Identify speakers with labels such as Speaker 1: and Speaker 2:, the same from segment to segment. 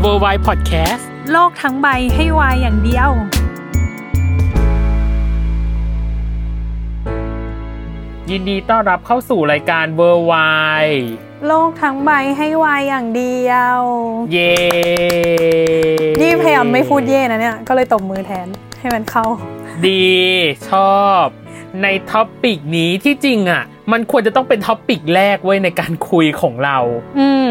Speaker 1: เวอร์ไวพอดแคสต์
Speaker 2: โลกทั้งใบให้วายอย่างเดียว
Speaker 1: ยินดีต้อนรับเข้าสู่รายการเวอร์ไว
Speaker 2: โลกทั้งใบให้วายอย่างเดียว
Speaker 1: เย่
Speaker 2: นี่พยายามไม่พูดเย่นะเนี่ย ก็เลยตบมือแทนให้มันเข้า
Speaker 1: ดีชอบ ในท็อปปิกนี้ที่จริงอ่ะ มันควรจะต้องเป็นท็อปปิกแรกเว้ยในการคุยของเรา
Speaker 2: อืม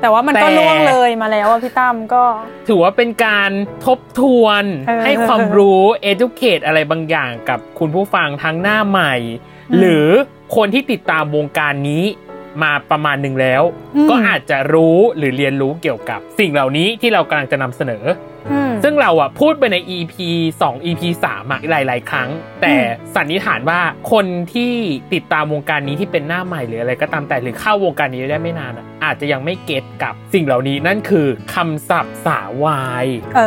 Speaker 2: แต่ว่ามันก็
Speaker 1: แต่
Speaker 2: ล่วงเลยมาแล้วอะพี่ตั้มก็
Speaker 1: ถือว่าเป็นการทบทวน
Speaker 2: เออ
Speaker 1: ให้ความรู้ educate อะไรบางอย่างกับคุณผู้ฟังทั้งหน้าใหม่
Speaker 2: อืม
Speaker 1: หรือคนที่ติดตามวงการนี้มาประมาณหนึ่งแล้ว
Speaker 2: อืม
Speaker 1: ก็อาจจะรู้หรือเรียนรู้เกี่ยวกับ สิ่งเหล่านี้ที่เรากำลังจะนำเสนอ
Speaker 2: อืม
Speaker 1: ซึ่งเราอ่ะพูดไปใน EP 2 EP 3อะหลาย ๆ ครั้ง แต่
Speaker 2: อืม
Speaker 1: สันนิษฐานว่าคนที่ติดตามวงการนี้ที่เป็นหน้าใหม่หรืออะไรก็ตามแต่หรือเข้าวงการนี้ได้ไม่นานอะอาจจะยังไม่เก็ตกับสิ่งเหล่านี้นั่นคือคำศัพท์สาวาย
Speaker 2: เอ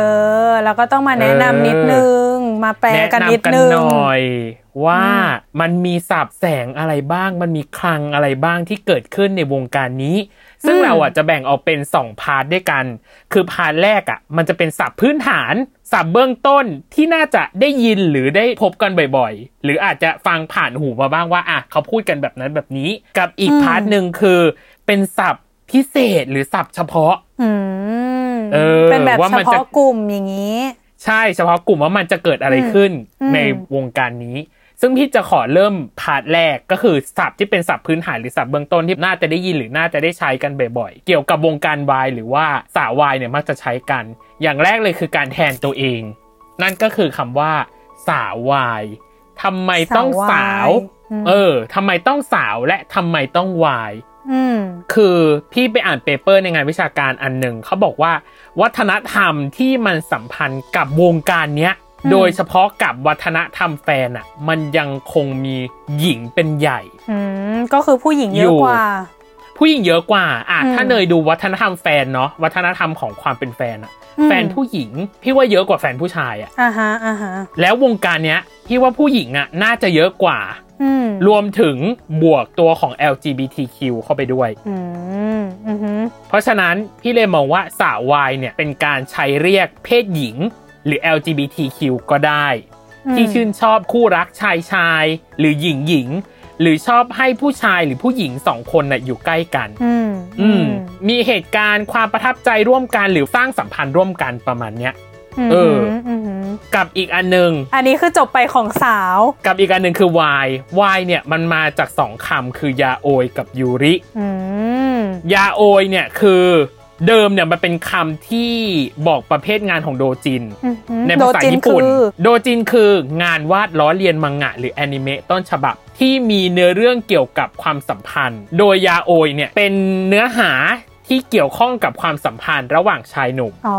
Speaker 2: อ แล้วก็ต้องมาแนะนำนิดนึง มาแปล
Speaker 1: แนะ
Speaker 2: กันนิด
Speaker 1: นำกัน
Speaker 2: นึง
Speaker 1: หน่อยว่า
Speaker 2: อืม
Speaker 1: มันมีสับแสงอะไรบ้าง มันมีคลังอะไรบ้างที่เกิดขึ้นในวงการนี้ ซึ่งเราอ่ะจะแบ่งออกเป็น 2 พาร์ทด้วยกัน คือพาร์ทแรกอ่ะมันจะเป็นสับพื้นฐานสับเบื้องต้นที่น่าจะได้ยินหรือได้พบกันบ่อยๆ หรืออาจจะฟังผ่านหูมาบ้างว่าอ่ะเขาพูดกันแบบนั้นแบบนี้ กับอีกพาร์ทหนึ่งคือ เป็นสับพิเศษหรือสับเฉพาะ
Speaker 2: อืม
Speaker 1: เออ
Speaker 2: เป็นแบบ
Speaker 1: ว่า
Speaker 2: เฉ
Speaker 1: มันจะ
Speaker 2: พาะกลุ่มอย่างนี้
Speaker 1: ใช่เฉพาะกลุ่มว่ามันจะเกิดอะไรขึ้น
Speaker 2: อืม
Speaker 1: ในวงการนี้ ซึ่งพี่จะขอเริ่มพาร์ทแรกก็คือศัพท์ที่เป็นศัพท์พื้นฐานหรือศัพท์เบื้องต้นที่น่าจะได้ยินหรือน่าจะได้ใช้กันบ่อยๆ เกี่ยวกับวงการวายหรือว่าสาววายเนี่ยมักจะใช้กัน อย่างแรกเลยคือการแทนตัวเอง นั่นก็คือคำว่า สาววายทำไมต้องสาว
Speaker 2: ม
Speaker 1: เออทำไมต้องสาวและทำไมต้องวาย
Speaker 2: อืม
Speaker 1: คือพี่ไปอ่านเปเปอร์ในงานวิชาการอันหนึ่งเขาบอกว่า วัฒนธรรมที่มันสัมพันธ์กับวงการเนี้ย
Speaker 2: อืม
Speaker 1: โดยเฉพาะกับวัฒนธรรมแฟนอะมันยังคงมีหญิงเป็นใหญ่
Speaker 2: อืม ก็คือผู้หญิงเย
Speaker 1: อยู่
Speaker 2: อะกว่า
Speaker 1: ผู้หญิงเยอะกว่าอ่ะ
Speaker 2: อืม
Speaker 1: ถ้าเนยดูวัฒนธรรมแฟนเนาะวัฒนธรรมของความเป็นแฟนอะ
Speaker 2: อืม
Speaker 1: แฟนผู้หญิงพี่ว่าเยอะกว่าแฟนผู้ชายอะ
Speaker 2: อ่าฮะอ่าฮะ
Speaker 1: แล้ววงการเนี้ยพี่ว่าผู้หญิงอะน่าจะเยอะกว่า
Speaker 2: อืม
Speaker 1: รวมถึงบวกตัวของ LGBTQ เข้าไปด้วย
Speaker 2: อืมอือหือ
Speaker 1: เพราะฉะนั้นพี่เลยมองว่าสาววายเนี่ยเป็นการใช้เรียกเพศหญิง หรือ LGBTQ ก็ได้
Speaker 2: อืม
Speaker 1: ที่ชื่นชอบคู่รักชายชายหรือหญิงหญิง หรือชอบให้ผู้ชายหรือผู้หญิงสองคนน่ะอยู่ใกล้กัน
Speaker 2: อืม
Speaker 1: อืมมีเหตุการณ์ความประทับใจร่วมกันหรือสร้างสัมพันธ์ร่วมกันประมาณเนี้ย
Speaker 2: ม
Speaker 1: เออ
Speaker 2: หืหือ
Speaker 1: กับอีกอันหนึ่ง
Speaker 2: อันนี้คือจบไปของสาว
Speaker 1: กับอีกอันหนึ่งคือวายวายเนี่ยมันมาจากสองคำคือยาโอยกับยูริ
Speaker 2: อืม
Speaker 1: ยาโอยเนี่ยคือเดิมเนี่ยมันเป็นคำที่บอกประเภทงานของโดจิน
Speaker 2: อื้อหือ
Speaker 1: ในภาษาญี่ปุ่น
Speaker 2: โดจิคือ
Speaker 1: โดจินคืองานวาดล้อเลียนมังงะหรือแอนิเมะต้นฉบับ ที่มีเนื้อเรื่องเกี่ยวกับความสัมพันธ์ โดยยาโอยเนี่ยเป็นเนื้อหาที่เกี่ยวข้องกับความสัมพันธ์ระหว่างชายหนุ่ม
Speaker 2: อ๋อ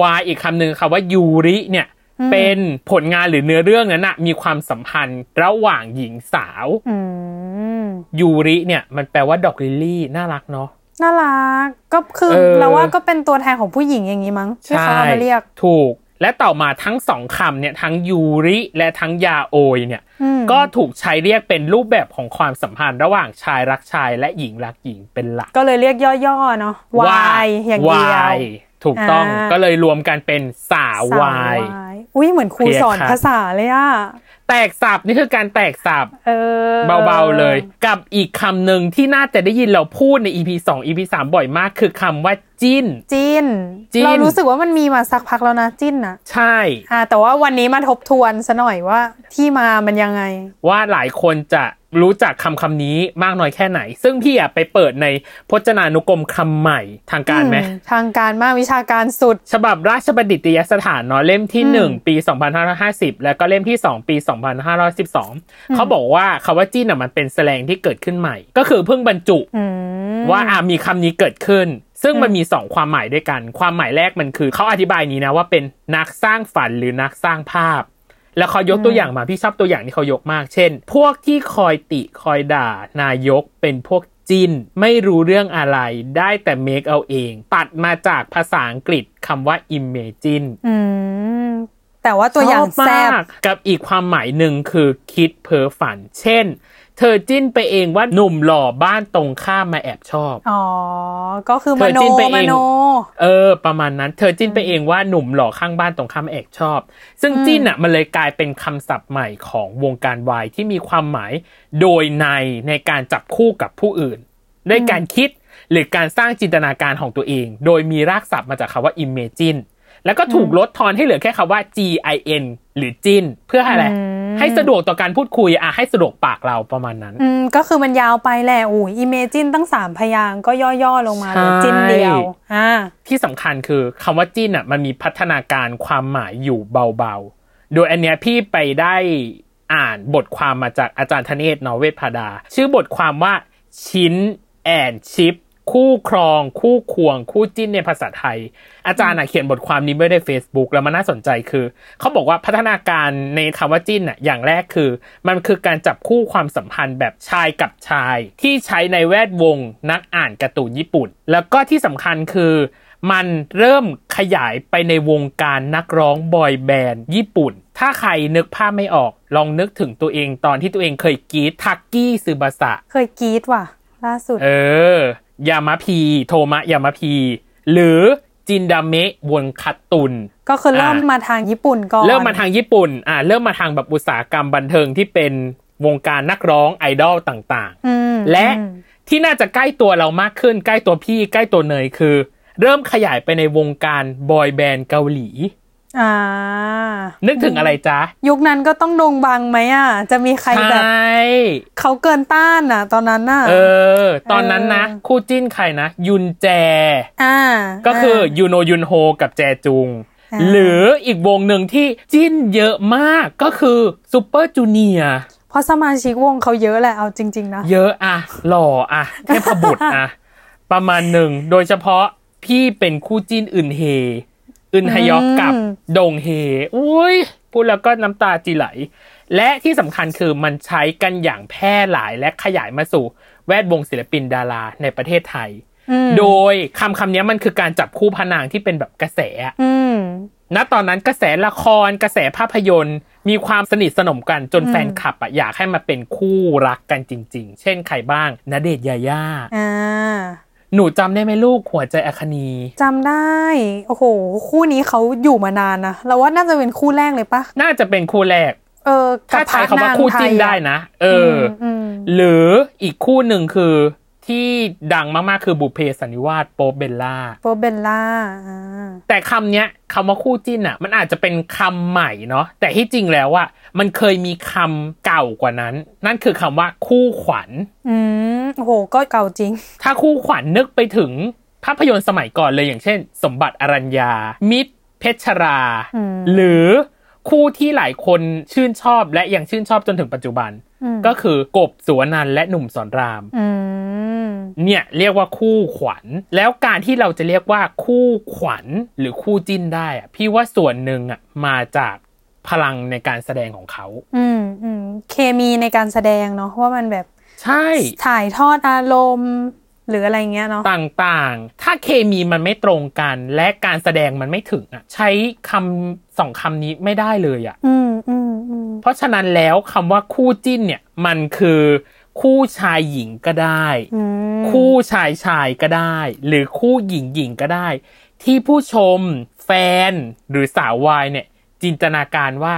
Speaker 1: วายอีกคำหนึ่งค่ะว่ายูริเนี่ย
Speaker 2: อืม
Speaker 1: เป็นผลงานหรือเนื้อเรื่องนั้นนะมีความสัมพันธ์ระหว่างหญิงสาว
Speaker 2: อืม
Speaker 1: ยูริเนี่ยมันแปลว่าดอกลิลลี่น่ารักเนาะ
Speaker 2: น่ารักก็คือ
Speaker 1: เออ
Speaker 2: เราว่าก็เป็นตัวแทนของผู้หญิงอย่างนี้มั้งที่เขาเอามาเรียก
Speaker 1: ถูก และต่อมาทั้งสองคำเนี่ยทั้งยูริและทั้งยาโอยเนี่ย
Speaker 2: อืม
Speaker 1: ก็ถูกใช้เรียกเป็นรูปแบบของความสัมพันธ์ระหว่างชายรักชายและหญิงรักหญิงเป็นหลัก
Speaker 2: ก็เลยเรียกย่อๆเนาะวายอย่างเดียว
Speaker 1: วาย ถูกต้อง
Speaker 2: อ่า
Speaker 1: ก็เลยรวมกันเป็นสาวาย
Speaker 2: อุ้ยเหมือนครู
Speaker 1: เคลียร์
Speaker 2: สอน
Speaker 1: ครับ
Speaker 2: ภาษาเลยอ่ะ
Speaker 1: แตกสับนี่คือการแตกสับ
Speaker 2: เออ
Speaker 1: เบาๆเลย กับอีกคำหนึ่งที่น่าจะได้ยินเราพูดใน EP 2 EP 3 บ่อยมาก คือคำว่าจิ้น
Speaker 2: จิ้น
Speaker 1: จิ้น
Speaker 2: เรารู้สึกว่ามันมีมาสักพักแล้วนะจิ้นอ่ะ
Speaker 1: ใช่
Speaker 2: อ่า แต่ว่าวันนี้มาทบทวนซะหน่อยว่า ที่มามันยังไง
Speaker 1: ว่าหลายคนจะรู้จักคำคำนี้มากน้อยแค่ไหน ซึ่งพี่อะไปเปิดในพจนานุกรมคำใหม่ทางการไหม
Speaker 2: อืทางการมากวิชาการสุด
Speaker 1: ฉบับราชบัณฑิตยสถานเนาะเล่มที่
Speaker 2: อืม
Speaker 1: หนึ่งปี 2550 แล้วก็เล่มที่สองปี 2512 เขาบอกว่าคำว่าจิ้นอะมันเป็นแสลงที่เกิดขึ้นใหม่ ก็คือเพิ่งบรรจุ ว่าอ่ะมีคำนี้เกิดขึ้น ซึ่งมันมีสองความหมายด้วยกัน ความหมายแรกมันคือเขาอธิบายนี้นะว่าเป็นนักสร้างฝันหรือนักสร้างภาพ แล้วเขายกตัวอย่างมาพี่ชอบตัวอย่างที่เขายกมาก เช่น พวกที่คอยติคอยด่า นายกเป็นพวกจินไม่รู้เรื่องอะไรได้แต่ make เอาเอง ตัดมาจากภาษาอังกฤษคำว่า imagine
Speaker 2: ืม แต่ว่าตัวอย่าง
Speaker 1: ชบม
Speaker 2: แซ
Speaker 1: ก
Speaker 2: บ
Speaker 1: กับอีกความหมายหนึ่งคือคิดเพ้อฝัน เช่น เธอจิ้นไปเองว่าหนุ่มหล่อบ้านตรงข้ามมาแอบชอบ
Speaker 2: อ๋อ ก็คือ
Speaker 1: เธ
Speaker 2: ม
Speaker 1: อ
Speaker 2: โน
Speaker 1: จิ้นไปเอง
Speaker 2: มโน
Speaker 1: เออ ประมาณนั้น เธอจิ้นไปเองว่าหนุ่มหล่อข้างบ้านตรงข้ามเอกชอบ ซึ่ง
Speaker 2: อืม
Speaker 1: จิ้นอ่ะมันเลยกลายเป็นคำศัพท์ใหม่ของวงการวายที่มีความหมายโดยในในการจับคู่กับผู้อื่นด้วยการคิดหรือการสร้างจินตนาการของตัวเอง โดยมีรากศัพท์มาจากคำว่า imagine แล้วก็ถูกลดทอนให้เหลือแค่คำว่า gin หรือจินเพื่ออะไรให้สะดวกต่อการพูดคุยอ่ะให้สะดวกปากเราประมาณนั้น
Speaker 2: อืม ก็คือมันยาวไปแหละอู้อีเมจินตั้งสามพยางค์ก็ย่อๆลงมาเหลือ
Speaker 1: ใช่
Speaker 2: จินเดียว อ่า
Speaker 1: ที่สำคัญคือคำว่าจิ้นอ่ะมันมีพัฒนาการความหมายอยู่เบาๆ โดยอันเนี้ยพี่ไปได้อ่านบทความมาจากอาจารย์ธเนศนอเวศพาดา ชื่อบทความว่าชิ้นแอนชิป คู่ครอง คู่ควง คู่จิ้นในภาษาไทย อาจารย์อะเขียนบทความนี้ไว้ใน Facebook แล้วมันน่าสนใจคือ เขาบอกว่าพัฒนาการในคำว่าจิ้นอ่ะอย่างแรกคือ มันคือการจับคู่ความสัมพันธ์แบบชายกับชาย ที่ใช้ในแวดวงนักอ่านการ์ตูนญี่ปุ่น แล้วก็ที่สำคัญคือ มันเริ่มขยายไปในวงการนักร้องบอยแบนด์ญี่ปุ่น ถ้าใครนึกภาพไม่ออก ลองนึกถึงตัวเองตอนที่ตัวเองเคยกรีดทักกี้ซึบาสะ
Speaker 2: เคยกรีดว่ะ ล่าสุด
Speaker 1: เออ ยามาพี โทมะยามาพี หรือจินดาเมะวนคัตตุน
Speaker 2: ก็คือเริ่ม
Speaker 1: อ่ะ
Speaker 2: มาทางญี่ปุ่นก่อน
Speaker 1: เริ่มมาทางญี่ปุ่น อ่า เริ่มมาทางแบบอุตสาหกรรมบันเทิงที่เป็นวงการนักร้องไอดอลต่าง
Speaker 2: อืม
Speaker 1: ๆ และ
Speaker 2: อืม
Speaker 1: ที่น่าจะใกล้ตัวเรามากขึ้น ใกล้ตัวพี่ ใกล้ตัวเนยคือ เริ่มขยายไปในวงการบอยแบนด์เกาหลี
Speaker 2: อ่า
Speaker 1: นึกถึงอะไรจ๊ะ
Speaker 2: ยุคนั้นก็ต้องโดงบังไหมอ่ะ จะมีใครแบบ
Speaker 1: ใช่
Speaker 2: เขาเกินต้านอ่ะ ตอนนั้นน่ะ
Speaker 1: เออ ตอนนั้นนะ
Speaker 2: เออ
Speaker 1: คู่จิ้นใครนะ ยุนแจ
Speaker 2: อ่า
Speaker 1: ก็คืออา ยูโนยุนโฮกับแจจุง
Speaker 2: อ่า
Speaker 1: หรืออีกวงหนึ่งที่จิ้นเยอะมากก็คือซูเปอร์จูเนีย
Speaker 2: เพราะสมาชิกวงเขาเยอะแหละ เอาจริง ๆ นะ
Speaker 1: เยอะอะหล่ออะเทพบุตรอะ ประมาณหนึ่ง โดยเฉพาะพี่เป็นคู่จิ้นอึนเฮ อึนฮยอกกับ
Speaker 2: อืม
Speaker 1: ดงเฮอุ้ยพูดแล้วก็น้ำตาจีไหล และที่สำคัญคือมันใช้กันอย่างแพร่หลายและขยายมาสู่แวดวงศิลปินดาราในประเทศไทย
Speaker 2: อืม
Speaker 1: โดยคำคำนี้มันคือการจับคู่พระนางที่เป็นแบบกระแสอะ
Speaker 2: อืม
Speaker 1: ณตอนนั้นกระแสละครกระแสภาพยนตร์ มีความสนิทสนมกันจนแฟนคลับอะอยากให้มาเป็นคู่รักกันจริง ๆ เช่นใครบ้างณเดชน์ยาย่า
Speaker 2: อ่า
Speaker 1: หนูจำได้ไหมลูกหัวใจอคนี
Speaker 2: จำได้ โอ้โห คู่นี้เขาอยู่มานานนะ เราว่าน่าจะเป็นคู่แรกเลยปะ
Speaker 1: น่าจะเป็นคู่แรก
Speaker 2: เออ
Speaker 1: ถ้าใช้
Speaker 2: พระ
Speaker 1: คำว่าคู่จิ้น
Speaker 2: งทย
Speaker 1: ได้นะ เอ
Speaker 2: อื
Speaker 1: อ
Speaker 2: ม
Speaker 1: อ
Speaker 2: อืม
Speaker 1: หรืออีกคู่หนึ่งคือที่ดังมากๆคือบุพเพสันนิวาสโป๊ปเบลล่า
Speaker 2: โปเบลล่าอ่า
Speaker 1: แต่คำเนี้ยคำว่าคู่จิ้นอ่ะ มันอาจจะเป็นคำใหม่เนาะแต่ที่จริงแล้วอะมันเคยมีคำเก่ากว่านั้น นั่นคือคำว่าคู่ขวัญ
Speaker 2: อืมโอ้โห ก็เก่าจริง
Speaker 1: ถ้าคู่ขวัญนึกไปถึงภาพยนตร์สมัยก่อนเลยอย่างเช่น สมบัติอรัญญา มิตร เพชรา
Speaker 2: อืม
Speaker 1: หรือคู่ที่หลายคนชื่นชอบและยังชื่นชอบจนถึงปัจจุบัน
Speaker 2: อืม
Speaker 1: ก็คือกบสุวนันท์และหนุ่มสอนราม
Speaker 2: อืม
Speaker 1: เนี่ยเรียกว่าคู่ขวัญ แล้วการที่เราจะเรียกว่าคู่ขวัญหรือคู่จิ้นได้อะพี่ว่าส่วนหนึ่งอะมาจากพลังในการแสดงของเขา
Speaker 2: อืมอืมเคมีในการแสดงเนาะว่ามันแบบ
Speaker 1: ใช่
Speaker 2: ถ่ายทอดอารมณ์ หรืออะไรเงี้ยเนาะ
Speaker 1: ต่างๆ ถ้าเคมีมันไม่ตรงกัน และการแสดงมันไม่ถึงอ่ะ ใช้คำสองคำนี้ไม่ได้เลยอ่ะ
Speaker 2: อืมอืมอืม
Speaker 1: เพราะฉะนั้นแล้วคำว่าคู่จิ้นเนี่ย มันคือคู่ชายหญิงก็ได้
Speaker 2: อืม
Speaker 1: คู่ชายชายก็ได้ หรือคู่หญิงหญิงก็ได้ ที่ผู้ชม แฟน หรือสาววายเนี่ย จินตนาการว่า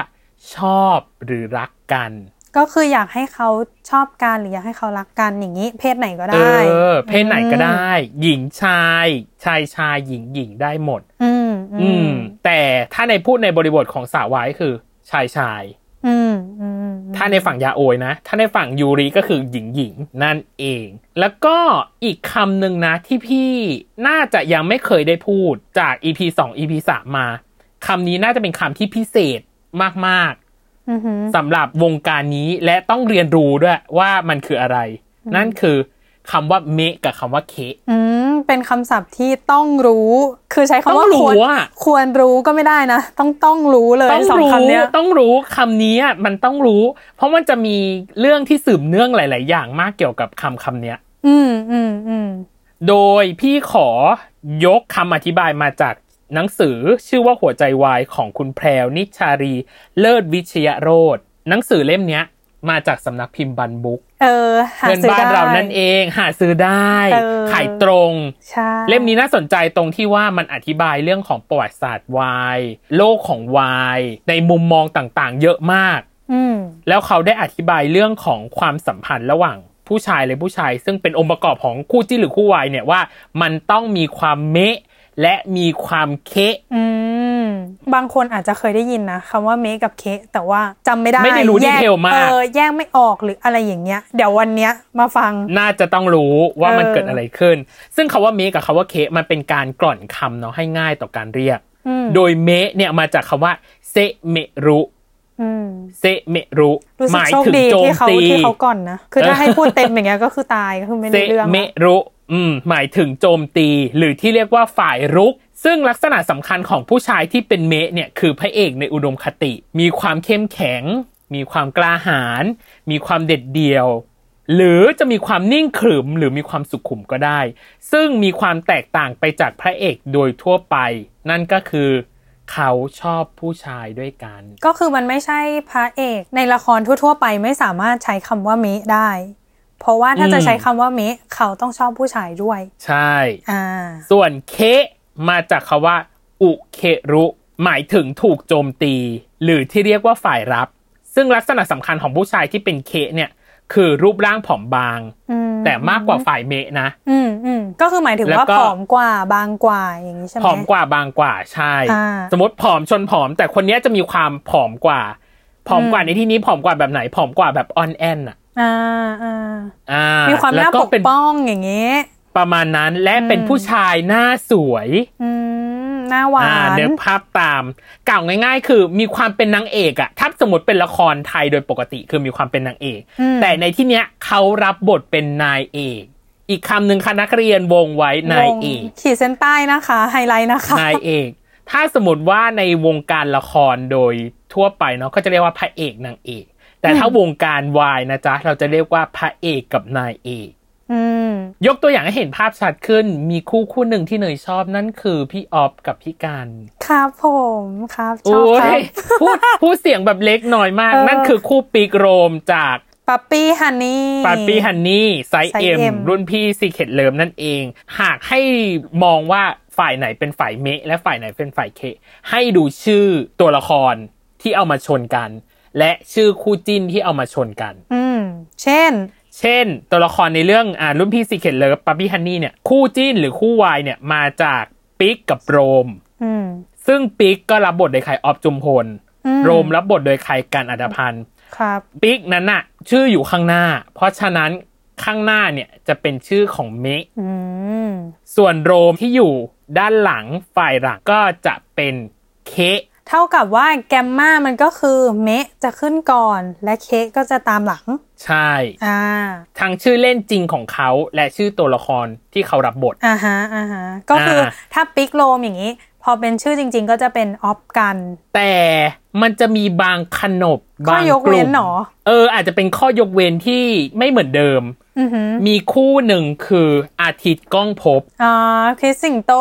Speaker 1: ชอบหรือรักกัน
Speaker 2: ก็คืออยากให้เขาชอบกันหรืออยากให้เขารักกันอย่างนี้เพศไหนก็
Speaker 1: เอ
Speaker 2: ได้
Speaker 1: อ เพศไหนก็ได้ หญิงชาย ชายชายหญิงหญิงได้หมด
Speaker 2: อืม
Speaker 1: อืม แต่ถ้าในพูดในบริบทของสาววายคือ ชายชาย
Speaker 2: อืมอืม
Speaker 1: ถ้าในฝั่งยาโอยนะ ถ้าในฝั่งยูริก็คือหญิงหญิงนั่นเอง แล้วก็อีกคำหนึ่งนะที่พี่น่าจะยังไม่เคยได้พูดจาก EP 2 EP 3 มาคำนี้น่าจะเป็นคำที่พิเศษมาก
Speaker 2: อืมอืม
Speaker 1: ๆสำหรับวงการนี้และต้องเรียนรู้ด้วยว่ามันคืออะไร นั่นคือคำว่าเมะกับคำว่าเค
Speaker 2: อืมเป็นคำศัพท์ที่ต้องรู้ คือใช้คำว่า
Speaker 1: ต้องรู้
Speaker 2: ควร
Speaker 1: อะ
Speaker 2: ควรรู้ก็ไม่ได้นะ ต้องต้องรู้เลย
Speaker 1: ต้อง
Speaker 2: สอง
Speaker 1: รู้
Speaker 2: คำเนี้ย
Speaker 1: ต้องรู้คำนี้อะมันต้องรู้ เพราะมันจะมีเรื่องที่สืบเนื่องหลาย ๆ อย่างมากเกี่ยวกับคำคำเนี้ย
Speaker 2: อืมอืมอืม
Speaker 1: โดยพี่ขอยกคำอธิบายมาจากหนังสือชื่อว่าหัวใจวายของคุณแพรวนิชชารี เลิศวิชยโรธหนังสือเล่มเนี้ย มาจากสำนักพิมพ์บันบุ๊ก
Speaker 2: เออหา
Speaker 1: เพื่อน
Speaker 2: ซื้อ
Speaker 1: บ้าน
Speaker 2: ได้
Speaker 1: เรานั่นเองหาซื้อได้
Speaker 2: เออ
Speaker 1: ขายตรง
Speaker 2: ใช่
Speaker 1: เล่มนี้น่าสนใจตรงที่ว่ามันอธิบายเรื่องของประวัติศาสตร์วายโลกของวายในมุมมองต่างๆ เยอะมาก
Speaker 2: อืม
Speaker 1: แล้วเขาได้อธิบายเรื่องของความสัมพันธ์ระหว่างผู้ชายและผู้ชาย ซึ่งเป็นองค์ประกอบของคู่จิ้นหรือคู่วายเนี่ยว่ามันต้องมีความเมะและมีความเคะ
Speaker 2: อืม บางคนอาจจะเคยได้ยินนะคำว่าเมคกับเคกแต่ว่าจำไม่ได้
Speaker 1: ไม่ได้รู้
Speaker 2: แย
Speaker 1: ดี
Speaker 2: ก
Speaker 1: เทลมาก
Speaker 2: เออแยกไม่ออกหรืออะไรอย่างเงี้ย เดี๋ยววันเนี้ยมาฟัง
Speaker 1: น่าจะต้องรู้ว่ามัน
Speaker 2: เออ
Speaker 1: เกิดอะไรขึ้น ซึ่งคาว่าเมะกับคาว่าเคะมันเป็นการกล่อนคำเนาะให้ง่ายต่อการเรียก
Speaker 2: อืม
Speaker 1: โดยเมะเนี่ยมาจากคำว่าเซเมรุ
Speaker 2: อืม
Speaker 1: เซเมรุ
Speaker 2: รู้
Speaker 1: ห
Speaker 2: สึก
Speaker 1: มาย
Speaker 2: โชค
Speaker 1: ถึง
Speaker 2: ดี
Speaker 1: โจม
Speaker 2: ที่เขา
Speaker 1: ตี
Speaker 2: ที่เขาก่อนนะ คือถ้า
Speaker 1: เออ
Speaker 2: ให้พูดเต็มอย่างเงี้ยก็คือตายก็คือไม่
Speaker 1: เซ
Speaker 2: ได้เรื่อง
Speaker 1: เม
Speaker 2: ละ
Speaker 1: รุอืม หมายถึงโจมตี หรือที่เรียกว่าฝ่ายรุก ซึ่งลักษณะสำคัญของผู้ชายที่เป็นเมะเนี่ย คือพระเอกในอุดมคติ มีความเข้มแข็ง มีความกล้าหาญ มีความเด็ดเดี่ยว หรือจะมีความนิ่งขรึมหรือมีความสุขุมก็ได้ ซึ่งมีความแตกต่างไปจากพระเอกโดยทั่วไป นั่นก็คือ เขาชอบผู้ชายด้วยกัน
Speaker 2: ก็คือมันไม่ใช่พระเอกในละครทั่ว ๆ ไปไม่สามารถใช้คำว่าเมคได้ เพราะว่าถ้าจะ
Speaker 1: อืม
Speaker 2: ใช้คำว่าเมคเขาต้องชอบผู้ชายด้วย
Speaker 1: ใช่
Speaker 2: อ่า
Speaker 1: ส่วนเคมาจากคาว่า อุเครุ หมายถึงถูกโจมตี หรือที่เรียกว่าฝ่ายรับ ซึ่งลักษณะสำคัญของผู้ชายที่เป็นเคเนี่ย คือรูปร่างผอมบาง
Speaker 2: อืม
Speaker 1: แต่มากกว่าฝ่ายเมะนะ
Speaker 2: อืมอืมก็คือหมายถึง
Speaker 1: แล้ว
Speaker 2: ว่า
Speaker 1: ก็
Speaker 2: ผอมกว่าบางกว่าอย่างนี้ใช่ไหม
Speaker 1: ผอมกว่าบางกว่าใช่
Speaker 2: อ่า
Speaker 1: สมมติผอมชนผอม แต่คนเนี้ยจะมีความผอมกว่า ผอมกว่าในที่นี้ผอมกว่าแบบไหนผอมกว่าแบบออนแอนอะ
Speaker 2: อ่าอ่า
Speaker 1: อ่า
Speaker 2: มีความ
Speaker 1: แล้
Speaker 2: น่าว
Speaker 1: ก็
Speaker 2: ปก
Speaker 1: เป็น
Speaker 2: ป้องอย่างนี้
Speaker 1: ประมาณนั้นและเป็น
Speaker 2: อืม
Speaker 1: ผู้ชายหน้าสวย
Speaker 2: อืมหน้าหวา
Speaker 1: อ่าน เนื้อภาพตามกล่าวง่ายๆ คือมีความเป็นนางเอกอะถ้าสมมติเป็นละครไทยโดยปกติคือมีความเป็นนางเอก
Speaker 2: อืม
Speaker 1: แต่ในที่เนี้ยเขารับบทเป็นนายเอก อีกคำหนึ่งคณะนักเรียนวงไว้นายเอก
Speaker 2: วงขีดเส้นใต้นะคะ ไฮไลท์นะคะ
Speaker 1: นายเอก ถ้าสมมติว่าในวงการละครโดยทั่วไปเนาะก็จะเรียกว่าพระเอกนางเอก แต่ถ้าวงการวายนะจ๊ะเราจะเรียกว่าพระเอกกับนายเอก
Speaker 2: อืม
Speaker 1: ยกตัวอย่างให้เห็นภาพชัดขึ้น มีคู่คู่หนึ่งที่เนยชอบนั่นคือพี่ออฟกับพี่การ
Speaker 2: ครับผมครับช
Speaker 1: โอ้
Speaker 2: อบครั
Speaker 1: ย
Speaker 2: บ
Speaker 1: พูด พูดเสียงแบบเล็กน้อยมาก
Speaker 2: เออ
Speaker 1: นั่นคือคู่ปีกโรมจาก
Speaker 2: ปั๊ปปี้ฮันนี่
Speaker 1: ปาปี้ฮันนี่ไซ
Speaker 2: ไซส์
Speaker 1: เอ็ม
Speaker 2: M
Speaker 1: รุ่นพี่ซีเ e ตเลิมนั่นเอง หากให้มองว่าฝ่ายไหนเป็นฝ่ายเมะและฝ่ายไหนเป็นฝ่ายเค ให้ดูชื่อตัวละครที่เอามาชนกัน และชื่อคู่จิ้นที่เอามาชนกัน
Speaker 2: อืม เช่น
Speaker 1: เช่น ตัวละครในเรื่องอ่ารุ่นพี่ซีเ e ตเลิฟปาปี้ฮันนี่เนี่ยคู่จิ้นหรือคู่วายเนี่ยมาจากปิกกับโรม
Speaker 2: อืม
Speaker 1: ซึ่งปิกก็รับบทโดยใครออฟจุมพล
Speaker 2: อืม
Speaker 1: โรมรับบทโดยใครกันอัดพันธ์
Speaker 2: ครับ
Speaker 1: ปิกนั้นน่ะ ชื่ออยู่ข้างหน้า เพราะฉะนั้นข้างหน้าเนี่ยจะเป็นชื่อของเมะ
Speaker 2: อืม
Speaker 1: ส่วนโรมที่อยู่ด้านหลังฝ่ายหลังก็จะเป็นเคก
Speaker 2: เท่ากับว่าแกมมามันก็คือเมะจะขึ้นก่อน และเคกก็จะตามหลัง
Speaker 1: ใช่
Speaker 2: อ่า
Speaker 1: ทั้งชื่อเล่นจริงของเขาและชื่อตัวละครที่เขารับบท
Speaker 2: อ่าฮะอ่าฮะก็คืออา ถ้าปิกโลมอย่างนี้ พอเป็นชื่อจริง ๆ ก็จะเป็นออฟกัน
Speaker 1: แต่มันจะมีบางขนบ
Speaker 2: ข้อบ
Speaker 1: าง
Speaker 2: ยก
Speaker 1: ก
Speaker 2: เว้
Speaker 1: ลุ่
Speaker 2: น
Speaker 1: ม
Speaker 2: หนอ
Speaker 1: เออ อาจจะเป็นข้อยกเว้นที่ไม่เหมือนเดิม
Speaker 2: อือหือ
Speaker 1: มีคู่หนึ่งคืออาทิตย์ก้องภพ
Speaker 2: อ่าคริสสิงโต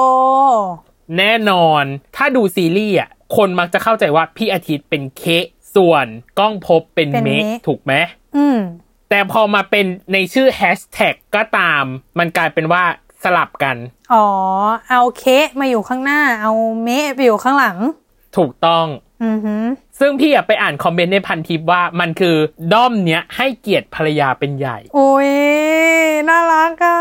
Speaker 1: แน่นอน ถ้าดูซีรีส์อ่ะ คนมักจะเข้าใจว่าพี่อาทิตย์เป็นเคะส่วนกล้องภพบเป็น
Speaker 2: เป็น
Speaker 1: เม
Speaker 2: เมฆ
Speaker 1: ฆถูกไหม
Speaker 2: อืม
Speaker 1: แต่พอมาเป็นในชื่อแฮชแท็กก็ตาม มันกลายเป็นว่าส สลับกัน
Speaker 2: อ๋อ เอาเคะมาอยู่ข้างหน้า เอาเมะไปอยู่ข้างหลัง
Speaker 1: ถูกต้อง
Speaker 2: อือหือ
Speaker 1: ซึ่งพี่อะไปอ่านคอมเมนต์ในพันทิปว่ามันคือด้อมเนี้ยให้เกียรติภรรยาเป็นใหญ่
Speaker 2: โอ้ยน่ารักอ่ะ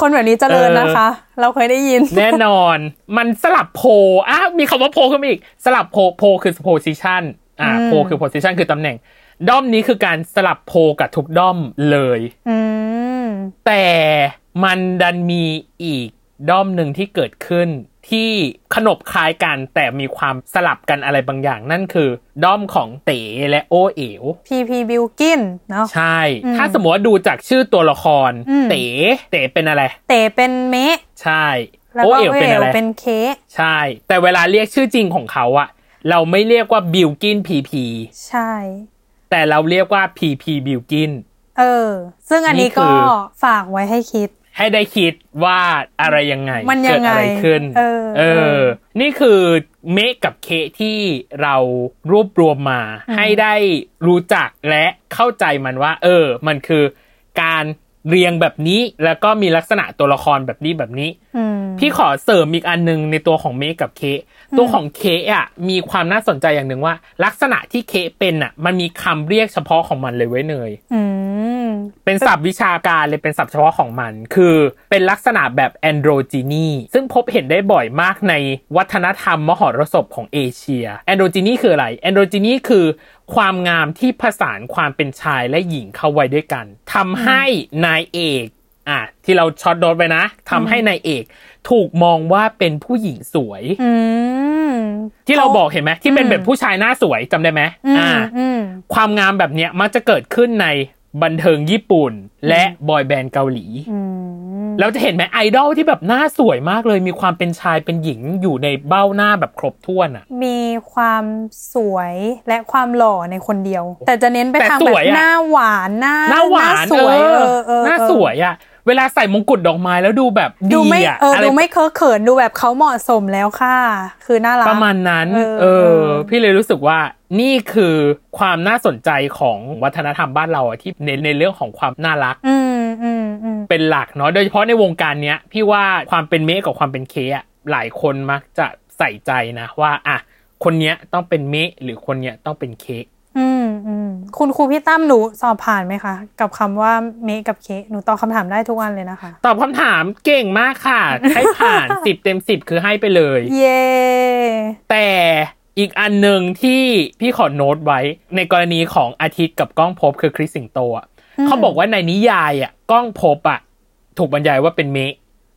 Speaker 2: คนแบบนี้เจริญนะคะ เราเคยได้ยิน
Speaker 1: แน่นอน มันสลับโพอ่ะมีคำว่าโพขึ้นมาอีก สลับโพโพคือ position อ่า
Speaker 2: อืม
Speaker 1: โพคือ position คือตำแหน่ง ด้อมนี้คือการสลับโพกับทุกด้อมเลย
Speaker 2: อืม
Speaker 1: แต่มันดันมีอีกด้อมหนึ่งที่เกิดขึ้น ที่ขนบคล้ายกันแต่มีความสลับกันอะไรบางอย่าง นั่นคือ ด้อมของเต๋และโอเอ๋ว
Speaker 2: พีพีบิลกินเนาะ
Speaker 1: ใช่ ถ้าสมมติว่าดูจากชื่อตัวละคร
Speaker 2: อืม
Speaker 1: เต๋เต๋เป็นอะไร
Speaker 2: เต๋เป็นเมะ
Speaker 1: ใช่
Speaker 2: แล้ว
Speaker 1: โอ
Speaker 2: ก็
Speaker 1: เอ๋ว
Speaker 2: เว
Speaker 1: เป็น
Speaker 2: ล
Speaker 1: อะไร
Speaker 2: เป็นเคะ
Speaker 1: ใช่ แต่เวลาเรียกชื่อจริงของเขาอะเราไม่เรียกว่าบิลกินพีพี
Speaker 2: ใช่
Speaker 1: แต่เราเรียกว่าพีพีบิลกิน
Speaker 2: เออ ซึ่งอันนี้
Speaker 1: นี่คื
Speaker 2: ก็
Speaker 1: อ
Speaker 2: ฝากไว้ให้คิด
Speaker 1: ให้ได้คิดว่าอะไรยังไง
Speaker 2: มันยั
Speaker 1: เกิด
Speaker 2: งไง
Speaker 1: อะไรขึ้น
Speaker 2: เออเออ
Speaker 1: นี่คือเมกกับเคที่เรารวบรวมมา
Speaker 2: อืม
Speaker 1: ให้ได้รู้จักและเข้าใจมันว่า เออ มันคือการเรียงแบบนี้แล้วก็มีลักษณะตัวละครแบบนี้แบบนี้
Speaker 2: อืม
Speaker 1: พี่ขอเสริมอีกอันหนึงในตัวของเมคกับเคกตัวของเคกอ่ะมีความน่าสนใจอย่างหนึ่งว่า ลักษณะที่เคกเป็นอ่ะ มันมีคำเรียกเฉพาะของมันเลยเว้ยเนย
Speaker 2: อืม
Speaker 1: เป็นศัพท์วิชาการเลยเป็นศัพท์เฉพาะของมัน คือเป็นลักษณะแบบแอนโดรจีนีซึ่งพบเห็นได้บ่อยมากในวัฒนธรรมมหรสพของเอเชียแอนโดรจีนีคืออะไรแอนโดรจีนีคือ ความงามที่ผสานความเป็นชายและหญิงเข้าไว้ด้วยกันทำให้นายเอกอ่ะที่เราช็อตโดนไปนะทำให้นายเอก ถูกมองว่าเป็นผู้หญิงสวย
Speaker 2: อืม
Speaker 1: ที่เราบอกเห็นไหมที่เป็นแบบผู้ชายหน้าสวยจำได้ไหม
Speaker 2: อืม
Speaker 1: อ่า
Speaker 2: อืม
Speaker 1: ความงามแบบเนี้ยมักจะเกิดขึ้นในบันเทิงญี่ปุ่น และบอยแบนด์เกาหลี แล้วจะเห็นไหมไอดอลที่แบบหน้าสวยมากเลย มีความเป็นชายเป็นหญิงอยู่ในเบ้าหน้าแบบครบถ้วนอ่ะ
Speaker 2: มีความสวยและความหล่อในคนเดียว แต่จะเน้นไป
Speaker 1: แต่
Speaker 2: ทาง
Speaker 1: ส
Speaker 2: แบบ
Speaker 1: วยอะ
Speaker 2: หน้าหวานหน้า
Speaker 1: หน้าหวาน
Speaker 2: สวยเออเออ
Speaker 1: หน้า
Speaker 2: เออ
Speaker 1: สวยอ่ะ เวลาใส่มงกุฎดอกไม้แล้วดูแบบ
Speaker 2: ดูไม่
Speaker 1: อะ
Speaker 2: เออ
Speaker 1: อะไร
Speaker 2: ดูไม่เคอะเขินดูแบบเขาเหมาะสมแล้วค่ะ คือน่ารัก
Speaker 1: ประมาณนั้น
Speaker 2: เออ
Speaker 1: เออ
Speaker 2: เออ
Speaker 1: พี่เลยรู้สึกว่านี่คือความน่าสนใจของวัฒนธรรมบ้านเราอะที่เน้นในเรื่องของความน่ารัก
Speaker 2: อืมอืมอืม
Speaker 1: เป็นหลักเนาะโดยเฉพาะในวงการเนี้ย พี่ว่าความเป็นเมฆกับความเป็นเคอะหลายคนมักจะใส่ใจนะว่าอ่ะคนเนี้ยต้องเป็นเมฆหรือคนเนี้ยต้องเป็นเคก
Speaker 2: อืมอืมคุณครูพี่ตั้มหนูสอบผ่านไหมคะ กับคำว่าเมคกับเคกหนูตอบคำถามได้ทุกวันเลยนะคะ
Speaker 1: ตอบคำถามเก่งมาก ค่ะ ให้ผ่าน 10 เต็ม 10 คือให้ไปเลย
Speaker 2: เย่
Speaker 1: แต่อีกอันหนึ่งที่พี่ขอโน้ตไว้ ในกรณีของอาทิตย์กับก้องภพบคือคริสสิงโตอะเขาบอกว่าในนิยายอ่ะก้องภพบอ่ะถูกบรรยายว่าเป็นเมฆ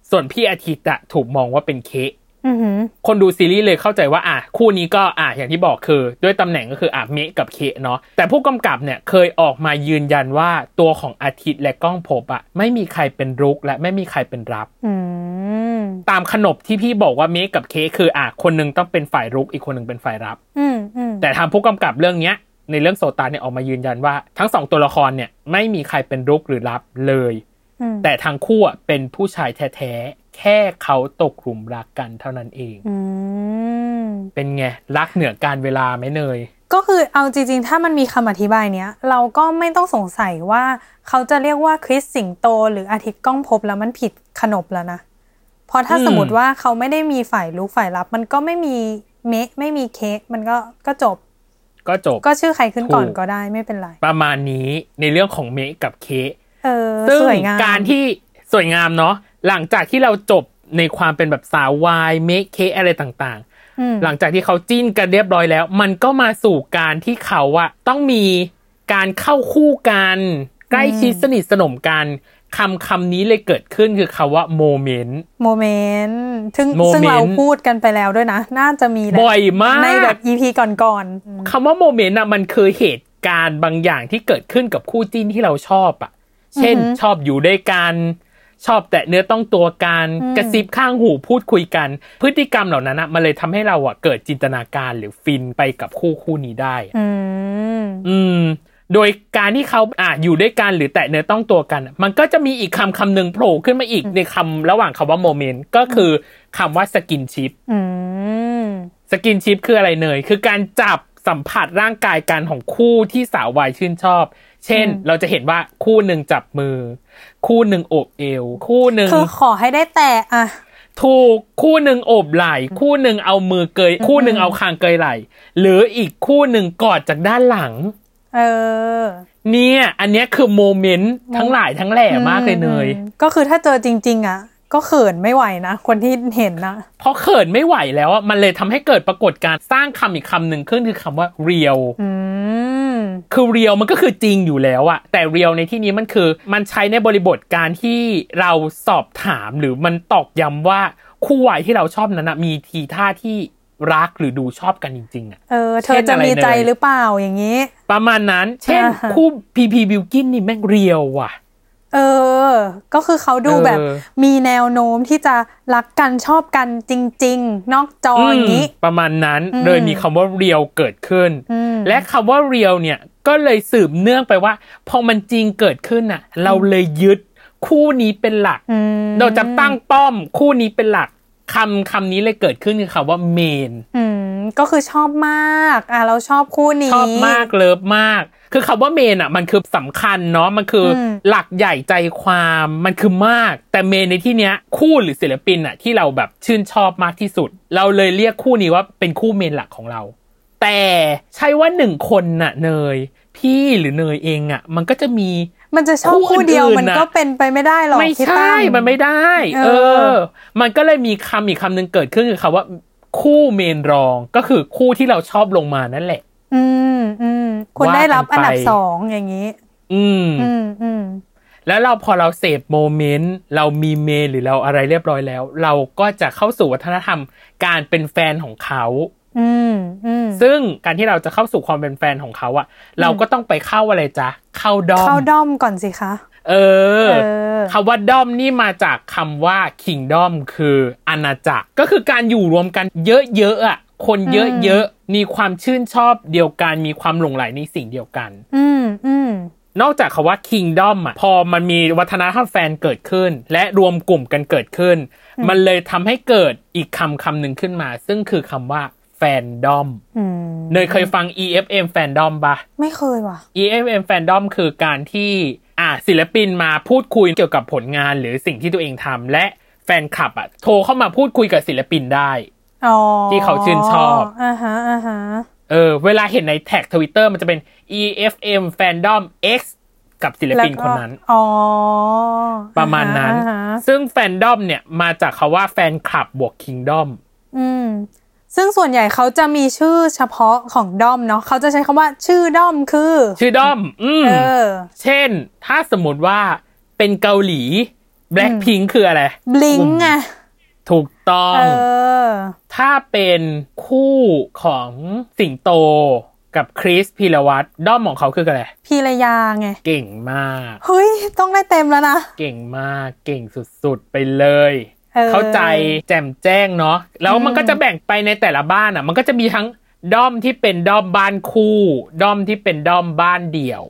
Speaker 1: ส่วนพี่อาทิตย์อ่ะถูกมองว่าเป็นเคก
Speaker 2: อือหือ
Speaker 1: คนดูซีรีส์เลยเข้าใจว่าอ่ะคู่นี้ก็อ่ะอย่างที่บอกคือ ด้วยตำแหน่งก็คืออ่ะเมะกับเคเนาะแต่ผู้กำกับเนี่ยเคยออกมายืนยันว่าตัวของอาทิตย์และก้องภพบอะไม่มีใครเป็นรุกและไม่มีใครเป็นรับ
Speaker 2: อืม
Speaker 1: ตามขนบที่พี่บอกว่าเมะกับเคคืออ่ะคนหนึงต้องเป็นฝ่ายรุกอีกคนหนึงเป็นฝ่ายรับ
Speaker 2: อืมอืม
Speaker 1: แต่ทางผู้กำกับเรื่องเนี้ยในเรื่องโซตานเนี่ยออกมายืนยันว่า ทั้งสองตัวละครเนี่ยไม่มีใครเป็นรุกหรือรับเลย
Speaker 2: อืม
Speaker 1: แต่ทางคู่อะเป็นผู้ชายแท้ๆแค่เขาตกหลุมรักกันเท่านั้นเอง
Speaker 2: อืม
Speaker 1: เป็นไง รักเหนือการเวลาไหมเนย
Speaker 2: ก็คือเอาจริงๆ ถ้ามันมีคำอธิบายเนี้ย เราก็ไม่ต้องสงสัยว่าเขาจะเรียกว่าคริสสิงโต หรืออาทิตย์ก้องภพบแล้วมันผิดขนบแล้วนะ เพราะถ้า
Speaker 1: อืม
Speaker 2: สมมติว่าเขาไม่ได้มีฝ่ายรู้ฝ่ายรับ มันก็ไม่มีเมะไม่มีเค้กมันก็ก็จบ
Speaker 1: ก็จบ
Speaker 2: ก็ชื่อใครขึ้นก่อน
Speaker 1: ถูก
Speaker 2: ก็ได้ไม่เป็นไร
Speaker 1: ประมาณนี้ในเรื่องของเมะกับเคก
Speaker 2: เออ
Speaker 1: ซึ่ง
Speaker 2: สวยงาม
Speaker 1: การที่สวยงามเนาะหลังจากที่เราจบในความเป็นแบบสาววายเมะเคกอะไรต่าง
Speaker 2: อืม
Speaker 1: ๆ หลังจากที่เขาจิ้นกันเรียบร้อยแล้ว มันก็มาสู่การที่เขาอะต้องมีการเข้าคู่กัน ใกล้ชิดสนิทสนมกันคำคำนี้เลยเกิดขึ้นคือคำว่าโมเมนต์
Speaker 2: โมเมนต์ซึ่ง
Speaker 1: โมเมนต์
Speaker 2: ซึ่งเราพูดกันไปแล้วด้วยนะ น่าจะมีแหละ
Speaker 1: บ่อยมาก
Speaker 2: ในแบบอีพีก่อนๆอืม
Speaker 1: คำว่าโมเมนต์อะมันคือเหตุการณ์บางอย่างที่เกิดขึ้นกับคู่จิ้นที่เราชอบอะเช่น
Speaker 2: อือหือ
Speaker 1: ชอบอยู่ด้วยกัน ชอบแตะเนื้อต้องตัวกัน
Speaker 2: อืม
Speaker 1: กระซิบข้างหูพูดคุยกัน พฤติกรรมเหล่านั้นอะมันเลยทำให้เราอะเกิดจินตนาการหรือฟินไปกับคู่คู่นี้ได้อะ
Speaker 2: อืม
Speaker 1: อืม โดยการที่เขาอ่ะอยู่ด้วยกันหรือแตะเนื้อต้องตัวกันอะมันก็จะมีอีกคำคำหนึ่งโผล่ขึ้นมาอีกในคำระหว่างคำว่าโมเมนต์ก็คือคำว่าสกินชิป
Speaker 2: อืม
Speaker 1: สกินชิปคืออะไรเนย คือการจับสัมผัสร่างกายกันของคู่ที่สาววายชื่นชอบ เช่น เราจะเห็นว่าคู่หนึ่งจับมือ คู่หนึ่งโอบเอว คู่หนึ่ง
Speaker 2: คือขอให้ได้แต่อะ
Speaker 1: ถูกคู่หนึ่งโอบไหล่ คู่หนึ่งเอามือเกย คู่หนึ่งเอาคางเกยไหล่ หรืออีกคู่หนึ่งกอดจากด้านหลัง
Speaker 2: เออ
Speaker 1: เนี่ย อันเนี้ยคือโมเมนต์ทั้งหลายทั้งแหล่มากเลยเนย
Speaker 2: อืมก็คือถ้าเจอจริง ๆ อ่ะ ก็เขินไม่ไหวนะ คนที่เห็นนะ
Speaker 1: เพราะเขินไม่ไหวแล้วอะมันเลยทำให้เกิดปรากฏการณ์สร้างคำอีกคำหนึ่งขึ้นคือคำว่าเรียว
Speaker 2: อืม
Speaker 1: คือเรียวมันก็คือจริงอยู่แล้วอะแต่เรียวในที่นี้มันคือ มันใช้ในบริบทการที่เราสอบถามหรือมันตอกย้ำว่าคู่วายที่เราชอบนั้นอะมีทีท่าที่รักหรือดูชอบกันจริงๆอะ
Speaker 2: เออ เธอจะมีใจหรือเปล่าอย่างนี้
Speaker 1: ประมาณนั้น เช่น
Speaker 2: อ่าฮะ
Speaker 1: คู่พีพีบิวกินนี่แม่งเรียวว่ะ
Speaker 2: เออ ก็คือเขาดู
Speaker 1: เออ
Speaker 2: แบบ มีแนวโน้มที่จะรักกันชอบกันจริง ๆ นอกจออย่างนี้
Speaker 1: มประมาณนั้น
Speaker 2: อืม
Speaker 1: เลยมีคำว่าเรียวเกิดขึ้น
Speaker 2: อืม
Speaker 1: และคำว่าเรียวเนี่ยก็เลยสืบเนื่องไปว่าพอมันจริงเกิดขึ้นน่ะ เราเลยยึดคู่นี้เป็นหลัก
Speaker 2: อืม
Speaker 1: เราจะตั้งป้อมคู่นี้เป็นหลักคำคำนี้เลยเกิดขึ้นคือคำว่าเมน
Speaker 2: อืม ก็คือชอบมาก อ่ะ เราชอบคู่นี้
Speaker 1: ชอบมากเลิฟมาก คือคำว่าเมนอ่ะ มันคือสำคัญเนาะมันคืออ
Speaker 2: ม
Speaker 1: หลักใหญ่ใจความมันคือมาก แต่เมนในที่เนี้ยคู่หรือศิลปินอ่ะที่เราแบบชื่นชอบมากที่สุด เราเลยเรียกคู่นี้ว่าเป็นคู่เมนหลักของเรา แต่ใช่ว่าหนึ่งคนน่ะเนย พี่หรือเนยเองอ่ะ มันก็จะมี
Speaker 2: มันจะชอบ
Speaker 1: คู่
Speaker 2: คู่เดียว
Speaker 1: อื่นๆ
Speaker 2: มัน
Speaker 1: น่ะ
Speaker 2: ก็เป็นไปไม่ได้หรอก
Speaker 1: ไม่
Speaker 2: พี่
Speaker 1: ใช่
Speaker 2: ตั้
Speaker 1: มันไม่ได้ เอ
Speaker 2: เออ
Speaker 1: อ มันก็เลยมีคำอีกคำหนึ่งเกิดขึ้นคือคำว่าคู่เมนรองก็คือคู่ที่เราชอบลงมานั่นแหละ
Speaker 2: อืมอืมคุณ
Speaker 1: ว่า
Speaker 2: ได้รับ
Speaker 1: กันไป
Speaker 2: อันดับสองอย่างนี้
Speaker 1: อืม
Speaker 2: อืมอืม
Speaker 1: แล้วเราพอเราเสพโมเมนต์เรามีเมนหรือเราอะไรเรียบร้อยแล้ว เราก็จะเข้าสู่วัฒนธรรมการเป็นแฟนของเขา
Speaker 2: อืมอืม
Speaker 1: ซึ่งการที่เราจะเข้าสู่ความเป็นแฟนของเขาอะเราก็ต้องไปเข้าอะไรจ๊ะ เข้าดอม
Speaker 2: เข้าด้อมก่อนสิคะ
Speaker 1: เออ
Speaker 2: เออ
Speaker 1: คำว่าดอมนี่มาจากคำว่าคิงดอมคืออาณาจักรก็คือการอยู่รวมกันเยอะๆอะคนเยอะๆมีความชื่นชอบเดียวกัน มีความหลงไหลในสิ่งเดียวกัน
Speaker 2: อืมอืม
Speaker 1: นอกจากคาว่า kingdom อ่ะพอมันมีวัฒนธรรมแฟนเกิดขึ้น และรวมกลุ่มกันเกิดขึ้น มันเลยทำให้เกิดอีกคำคำหนึ่งขึ้นมา ซึ่งคือคำว่าแฟนดอม
Speaker 2: อืม
Speaker 1: เนยเคยฟัง EFM แฟนดอมปะ
Speaker 2: ไม่เคยว่ะ
Speaker 1: EFM แฟนดอมคือการที่อ่ะศิลปินมาพูดคุยเกี่ยวกับผลงานหรือสิ่งที่ตัวเองทำและแฟนคลับอ่ะโทรเข้ามาพูดคุยกับศิลปินได้
Speaker 2: อ๋อ
Speaker 1: ที่เขาชื่นชอบ
Speaker 2: อ่าฮะอ่าฮะ
Speaker 1: เออเวลาเห็นในแท็กทวิตเตอร์มันจะเป็น EFM Fandom X กับศิลปิน
Speaker 2: แล้ว
Speaker 1: ค
Speaker 2: ก็
Speaker 1: นนั้น
Speaker 2: อ๋อ
Speaker 1: ประมาณนั้น
Speaker 2: อ่ฮะอ่าฮะ
Speaker 1: ซึ่งแฟนดอมเนี่ยมาจากคาว่าแฟนคลับบวกคิงดอม
Speaker 2: อืม ซึ่งส่วนใหญ่เขาจะมีชื่อเฉพาะของด้อมเนาะเขาจะใช้คำว่าชื่อด้อมคือ
Speaker 1: ชื่อดอม อืม
Speaker 2: เออ
Speaker 1: เช่น ถ้าสมมติว่าเป็นเกาหลี Blackpink คืออะไร
Speaker 2: บลิงไง
Speaker 1: ถูกต้อง
Speaker 2: เออ
Speaker 1: ถ้าเป็นคู่ของสิงโตกับคริสพีรวัตรด้อมของเขาคืออะไร
Speaker 2: พีรยาไง
Speaker 1: เก่งมาก
Speaker 2: เฮ้ย ต้องได้เต็มแล้วนะ
Speaker 1: เก่งมาก เก่งสุดๆ ไปเลย
Speaker 2: เออ
Speaker 1: เข้าใจแจ่มแจ้งเนาะ แล้วมันก็จะแบ่งไปในแต่ละบ้านอ่ะ มันก็จะมีทั้งด้อมที่เป็นด้อมบ้านคู่ ด้อมที่เป็นด้อมบ้านเดี่ยว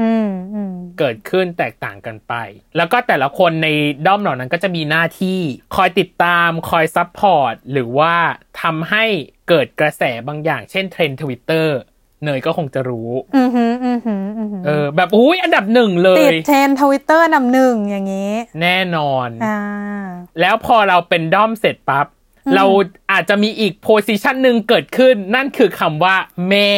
Speaker 2: อืมอืม
Speaker 1: เกิดขึ้นแตกต่างกันไป แล้วก็แต่ละคนในด้อมเหล่านั้นก็จะมีหน้าที่ คอยติดตาม คอยซัพพอร์ต หรือว่าทำให้เกิดกระแสบางอย่าง เช่นเทรนด์ทวิตเตอร์เนยก็คงจะรู้
Speaker 2: อือหืออือหืออือหือ
Speaker 1: เออ แบบอุ้ยอันดับหนึ่งเล
Speaker 2: ติด
Speaker 1: ย
Speaker 2: เทรนทวิตเตอร์นำหนึ่งอย่างนี้
Speaker 1: แน่นอน
Speaker 2: อ่า
Speaker 1: แล้วพอเราเป็นด้อมเสร็จปั๊บ เราอาจจะมีอีกโพซิชันหนึ่งเกิดขึ้น นั่นคือคำว่าแม่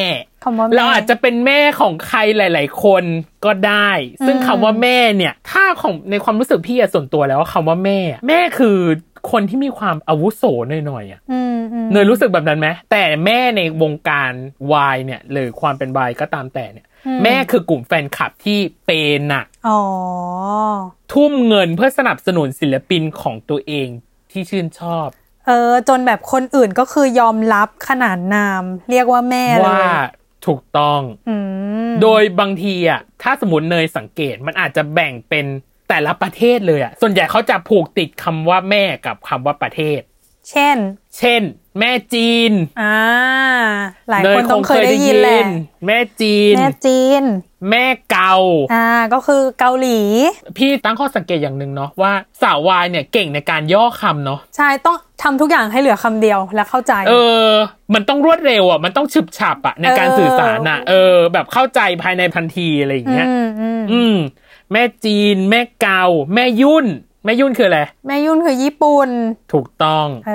Speaker 2: คำว่าแม่
Speaker 1: เราอาจจะเป็นแม่ของใครหลาย ๆ คนก็ได้ ซึ่งคำว่าแม่เนี่ย ถ้าของในความรู้สึกพี่อะส่วนตัวแล้วว่าคำว่าแม่ แม่คือคนที่มีความอาวุโสหน่อยๆอะ
Speaker 2: อืมอืม
Speaker 1: เนยรู้สึกแบบนั้นไหมแต่แม่ในวงการวายเนี่ยหรือความเป็นวายก็ตามแต่เนี่ย แม่คือกลุ่มแฟนคลับที่เปย์หนัก
Speaker 2: อ๋อ
Speaker 1: ทุ่มเงินเพื่อสนับสนุนศิลปินของตัวเองที่ชื่นชอบ
Speaker 2: เออ จนแบบคนอื่นก็คือยอมรับขนานนาม เรียกว่าแม่เล
Speaker 1: ว่าย ถูกต้อง
Speaker 2: อืม
Speaker 1: โดยบางทีอ่ะถ้าสมมติเนยสังเกตมันอาจจะแบ่งเป็นแต่ละประเทศเลยอ่ะส่วนใหญ่เขาจะผูกติดคำว่าแม่กับคำว่าประเทศ
Speaker 2: เช่น
Speaker 1: เช่น แม่จีน
Speaker 2: อ่า หลายคนต้องเคยได้ยินแหละ
Speaker 1: แม่จีน
Speaker 2: แม่จีน
Speaker 1: แม่เกา
Speaker 2: อ่าก็คือเกาหลี
Speaker 1: พี่ตั้งข้อสังเกตอย่างหนึ่งเนาะว่าสาววายเนี่ยเก่งในการย่อคำเนาะ
Speaker 2: ใช่ต้องทำทุกอย่างให้เหลือคำเดียวและเข้าใจ
Speaker 1: เออ มันต้องรวดเร็วอ่ะมันต้องฉึบฉับอ่ะในการ
Speaker 2: เออ
Speaker 1: สื่อสารอ่ะเออ แบบเข้าใจภายในทันทีอะไรอย่างเงี้ย
Speaker 2: มอืม
Speaker 1: อืม แม่จีน แม่เกา แม่ยุ่น แม่ยุ่นคืออะไร
Speaker 2: แม่ยุ่นคือญี่ปุ่น
Speaker 1: ถูกต้อง
Speaker 2: เอ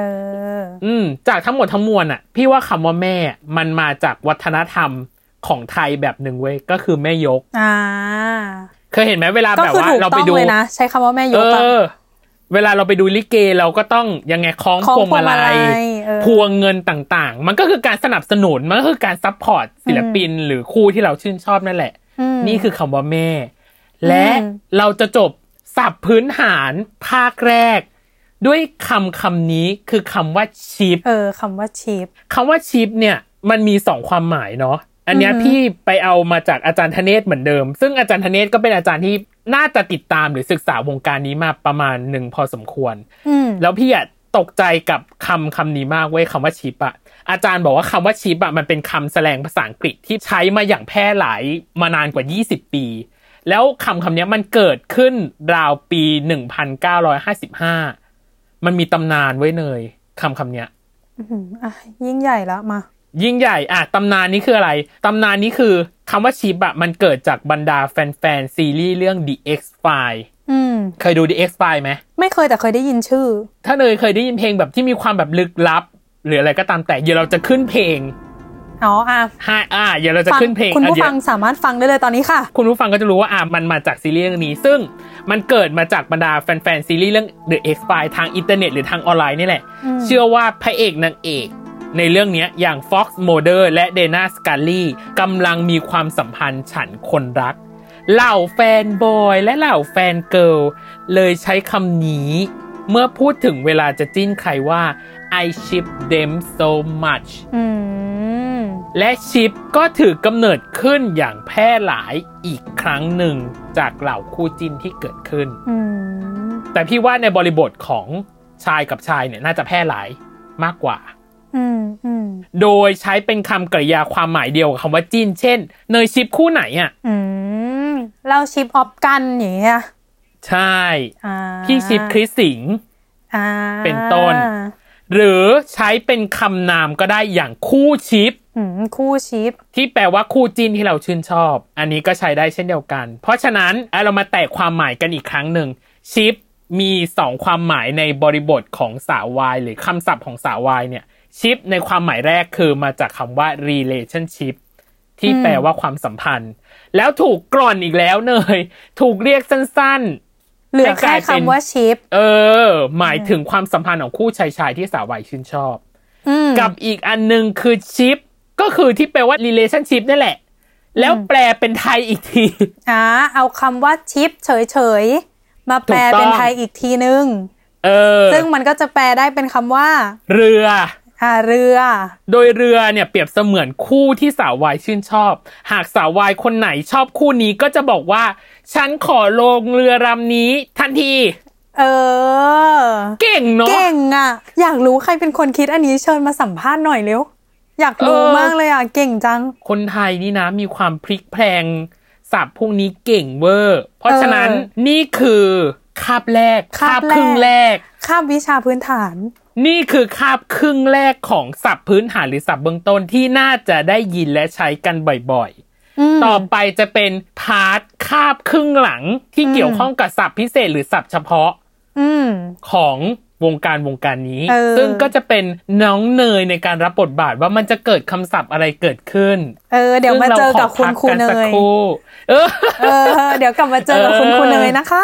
Speaker 2: อ
Speaker 1: อืมจากทั้งหมดทั้งมวลอ่ะ พี่ว่าคำว่าแม่มันมาจากวัฒนธรรมของไทยแบบหนึ่งเว้ยก็คือแม่ยก
Speaker 2: อ่า
Speaker 1: เคยเห็นไหมเวลา
Speaker 2: ก็
Speaker 1: แบบ
Speaker 2: คือ
Speaker 1: ว่า
Speaker 2: ถูก
Speaker 1: เรา
Speaker 2: ต้
Speaker 1: ไป
Speaker 2: อง
Speaker 1: ดู
Speaker 2: เลยนะ ใช้คำว่าแม่ย
Speaker 1: เอก
Speaker 2: อะ
Speaker 1: อ เวลาเราไปดูลิเกเราก็ต้องยังไงคล้อง
Speaker 2: คล้อง
Speaker 1: พวงมาลัย
Speaker 2: พวงมาลัยเออ
Speaker 1: พวงเงินต่างๆ มันก็คือการสนับสนุน มันก็คือการซัพพอร์ตศิลปินหรือคู่ที่เราชื่นชอบนั่นแหละ
Speaker 2: อืม
Speaker 1: นี่คือคำว่าแม่ และ
Speaker 2: อืม
Speaker 1: เราจะจบสับพื้นฐานภาคแรก ด้วยคำคำนี้คือคำว่าชิป
Speaker 2: เออคำว่าชีพ
Speaker 1: คำว่าชิปเนี่ยมันมีสองความหมายเนาะอันเนี้ย
Speaker 2: อือฮึ
Speaker 1: พี่ไปเอามาจากอาจารย์ธเนศเหมือนเดิม ซึ่งอาจารย์ธเนศก็เป็นอาจารย์ที่น่าจะติดตามหรือศึกษาวงการนี้มาประมาณหนึ่งพอสมควร
Speaker 2: อืม
Speaker 1: แล้วพี่อะตกใจกับคำคำนี้มากเว้ยคำว่าชิปอะอาจารย์บอกว่าคำว่าชิปอะมันเป็นคำแสลงภาษาอังกฤษที่ใช้มาอย่างแพร่หลายมานานกว่า 20 ปี แล้วคำคำเนี้ยมันเกิดขึ้นราวปี 1955 มันมีตำนานไว้เนยคำคำเนี้ย
Speaker 2: อืมอ่ะยิ่งใหญ่แล้วมา
Speaker 1: ยิ่งใหญ่อะตำนานนี้คืออะไร ตำนานนี้คือคำว่าชิปอะมันเกิดจากบรรดาแฟนๆ ซีรีส์เรื่อง The X File
Speaker 2: อืม
Speaker 1: เคยดู The X File ไหม
Speaker 2: ไม่เคยแต่เคยได้ยินชื่อ
Speaker 1: ถ้าเนยเคยได้ยินเพลงแบบที่มีความแบบลึกลับ หรืออะไรก็ตามแต่ เดี๋ยวเราจะขึ้นเพลง
Speaker 2: อ๋ออ่ะ
Speaker 1: ให้อ่าเดี๋ยวเราจะ
Speaker 2: ฟัง
Speaker 1: ขึ้นเพลง
Speaker 2: คุณผู้
Speaker 1: อ่ะเดี๋ยว
Speaker 2: ฟังสามารถฟังได้เลยตอนนี้ค่ะ
Speaker 1: คุณผู้ฟังก็จะรู้ว่าอ่ะมันมาจากซีรีส์เรื่องนี้ ซึ่งมันเกิดมาจากบรรดาแฟนๆซีรีส์เรื่อง The X Files ทางอินเทอร์เน็ตหรือทางออนไลน์นี่แหละ เชื่อว่าพระเอกนางเอก ในเรื่องเนี้ยอย่าง Fox m o d e r และ Dana Scully กำลังมีความสัมพันธ์ฉันคนรัก เหล่าแฟนบอยและเหล่าแฟนเกิร์ลเลยใช้คำนี้ เมื่อพูดถึงเวลาจะจิ้นใครว่า I ship them so much
Speaker 2: อืม
Speaker 1: และชิปก็ถือกำเนิดขึ้นอย่างแพร่หลายอีกครั้งหนึ่งจากเหล่าคู่จิ้นที่เกิดขึ้น
Speaker 2: อืม
Speaker 1: แต่พี่ว่าในบริบทของชายกับชายเนี่ยน่าจะแพร่หลายมากกว่า
Speaker 2: อืม อืม
Speaker 1: โดยใช้เป็นคำกริยาความหมายเดียวกับคำว่าจิ้น เช่น เนยชิปคู่ไหนอ่ะ
Speaker 2: อืม เราชิปออฟกันอย่างเงี้ย
Speaker 1: ใช่
Speaker 2: อ่า
Speaker 1: พี่ชิปคริสสิงห์
Speaker 2: อ่า
Speaker 1: เป็นต้น หรือใช้เป็นคำนามก็ได้อย่างคู่ชิป
Speaker 2: อืม คู่ชิป
Speaker 1: ที่แปลว่าคู่จิ้นที่เราชื่นชอบ อันนี้ก็ใช้ได้เช่นเดียวกัน เพราะฉะนั้นอ่ะเรามาแตกความหมายกันอีกครั้งหนึ่งชิปมี 2 ความหมายในบริบทของสาววาย หรือคำศัพท์ของสาววายเนี่ยชิปในความหมายแรกคือมาจากคำว่า relationship ที่แปลว่าความสัมพันธ์ แล้วถูกกร่อนอีกแล้วเนย ถูกเรียกสั้น
Speaker 2: เหลือแค่
Speaker 1: ให้กลายเป็น
Speaker 2: คำว่าชิป
Speaker 1: ๆ เออ หมายถึงความสัมพันธ์ของคู่ชายชายๆที่สาววายชื่นชอบ
Speaker 2: อืม
Speaker 1: กับอีกอันหนึ่งคือชิป ก็คือที่แปลว่า relationship นั่นแหละ แล้วแปลเป็นไทยอีกที
Speaker 2: อ่าเอาคำว่าชิปเฉยๆ มาแปล
Speaker 1: ถูกต้อง
Speaker 2: เป็นไทยอีกทีนึง
Speaker 1: เออ
Speaker 2: ซึ่งมันก็จะแปลได้เป็นคำว่า
Speaker 1: เรือ
Speaker 2: อ่าเรือ
Speaker 1: โดยเรือเนี่ยเปรียบเสมือนคู่ที่สาววายชื่นชอบ หากสาววายคนไหนชอบคู่นี้ก็จะบอกว่า ฉันขอลงเรือลำนี้ทันที
Speaker 2: เออ
Speaker 1: เก่งเนาะ
Speaker 2: เก่งอ่ะ อยากรู้ใครเป็นคนคิดอันนี้เชิญมาสัมภาษณ์หน่อยเร็ว อยากรู้
Speaker 1: เออ
Speaker 2: มากเลยอ่ะ เก่งจัง
Speaker 1: คนไทยนี่นะมีความพลิกแพลงสับพวกนี้เก่งเวอร์ เพราะฉะนั้น
Speaker 2: เออ
Speaker 1: นี่คือคาบแรก
Speaker 2: คาบแรก
Speaker 1: ครึ่งแรก
Speaker 2: ข้ามวิชาพื้นฐาน
Speaker 1: นี่คือคาบครึ่งแรกของศัพท์พื้นฐานหรือศัพท์เบื้องต้นที่น่าจะได้ยินและใช้กันบ่อยๆ ต่อไปจะเป็นพาร์ทคาบครึ่งหลังที่เกี่ยวข้องกับศัพท์พิเศษหรือศัพท์เฉพาะ
Speaker 2: อืม
Speaker 1: ของวงการวงการนี้
Speaker 2: เออ
Speaker 1: ซึ่งก็จะเป็นน้องเนยในการรับบทบาทว่ามันจะเกิดคำศัพท์อะไรเกิดขึ้น
Speaker 2: เออ เดี๋ยวมาเจอกับคุณครู
Speaker 1: ซึ่ง
Speaker 2: เน
Speaker 1: ราขอพักกัสัก
Speaker 2: ย
Speaker 1: รู่เออ
Speaker 2: เออ เดี๋ยวกลับมาเจอกับคุณครูเนยนะคะ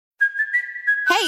Speaker 3: Hey,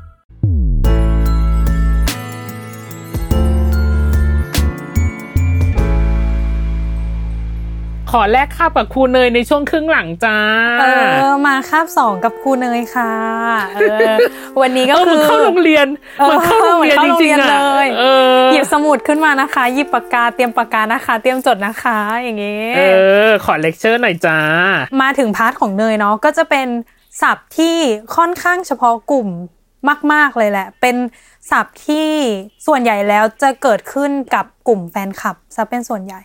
Speaker 1: ขอแลกข้าวกับครูเนยในช่วงครึ่งหลังจ้า
Speaker 2: เออมาคาบสองกับครูเนยค่ะเออวันนี้ก็
Speaker 1: เออ
Speaker 2: คื
Speaker 1: มัน
Speaker 2: อ
Speaker 1: เข้าโรงเรียนมันเข้าโรงเรียนจริงๆ
Speaker 2: เล
Speaker 1: อ่ะ
Speaker 2: ย
Speaker 1: เออ
Speaker 2: หยิบสมุดขึ้นมานะคะ หยิบปากกาเตรียมปากกานะคะ เตรียมจดนะคะ อย่างเงี้ย
Speaker 1: เออ ขอเลคเชอร์หน่อยจ้า
Speaker 2: มาถึงพาร์ทของเนยเนาะก็จะเป็นศัพท์ที่ค่อนข้างเฉพาะกลุ่มมาก ๆ เลยแหละ เป็นศัพท์ที่ส่วนใหญ่แล้วจะเกิดขึ้นกับกลุ่มแฟนคลับซะเป็นส่วนใหญ่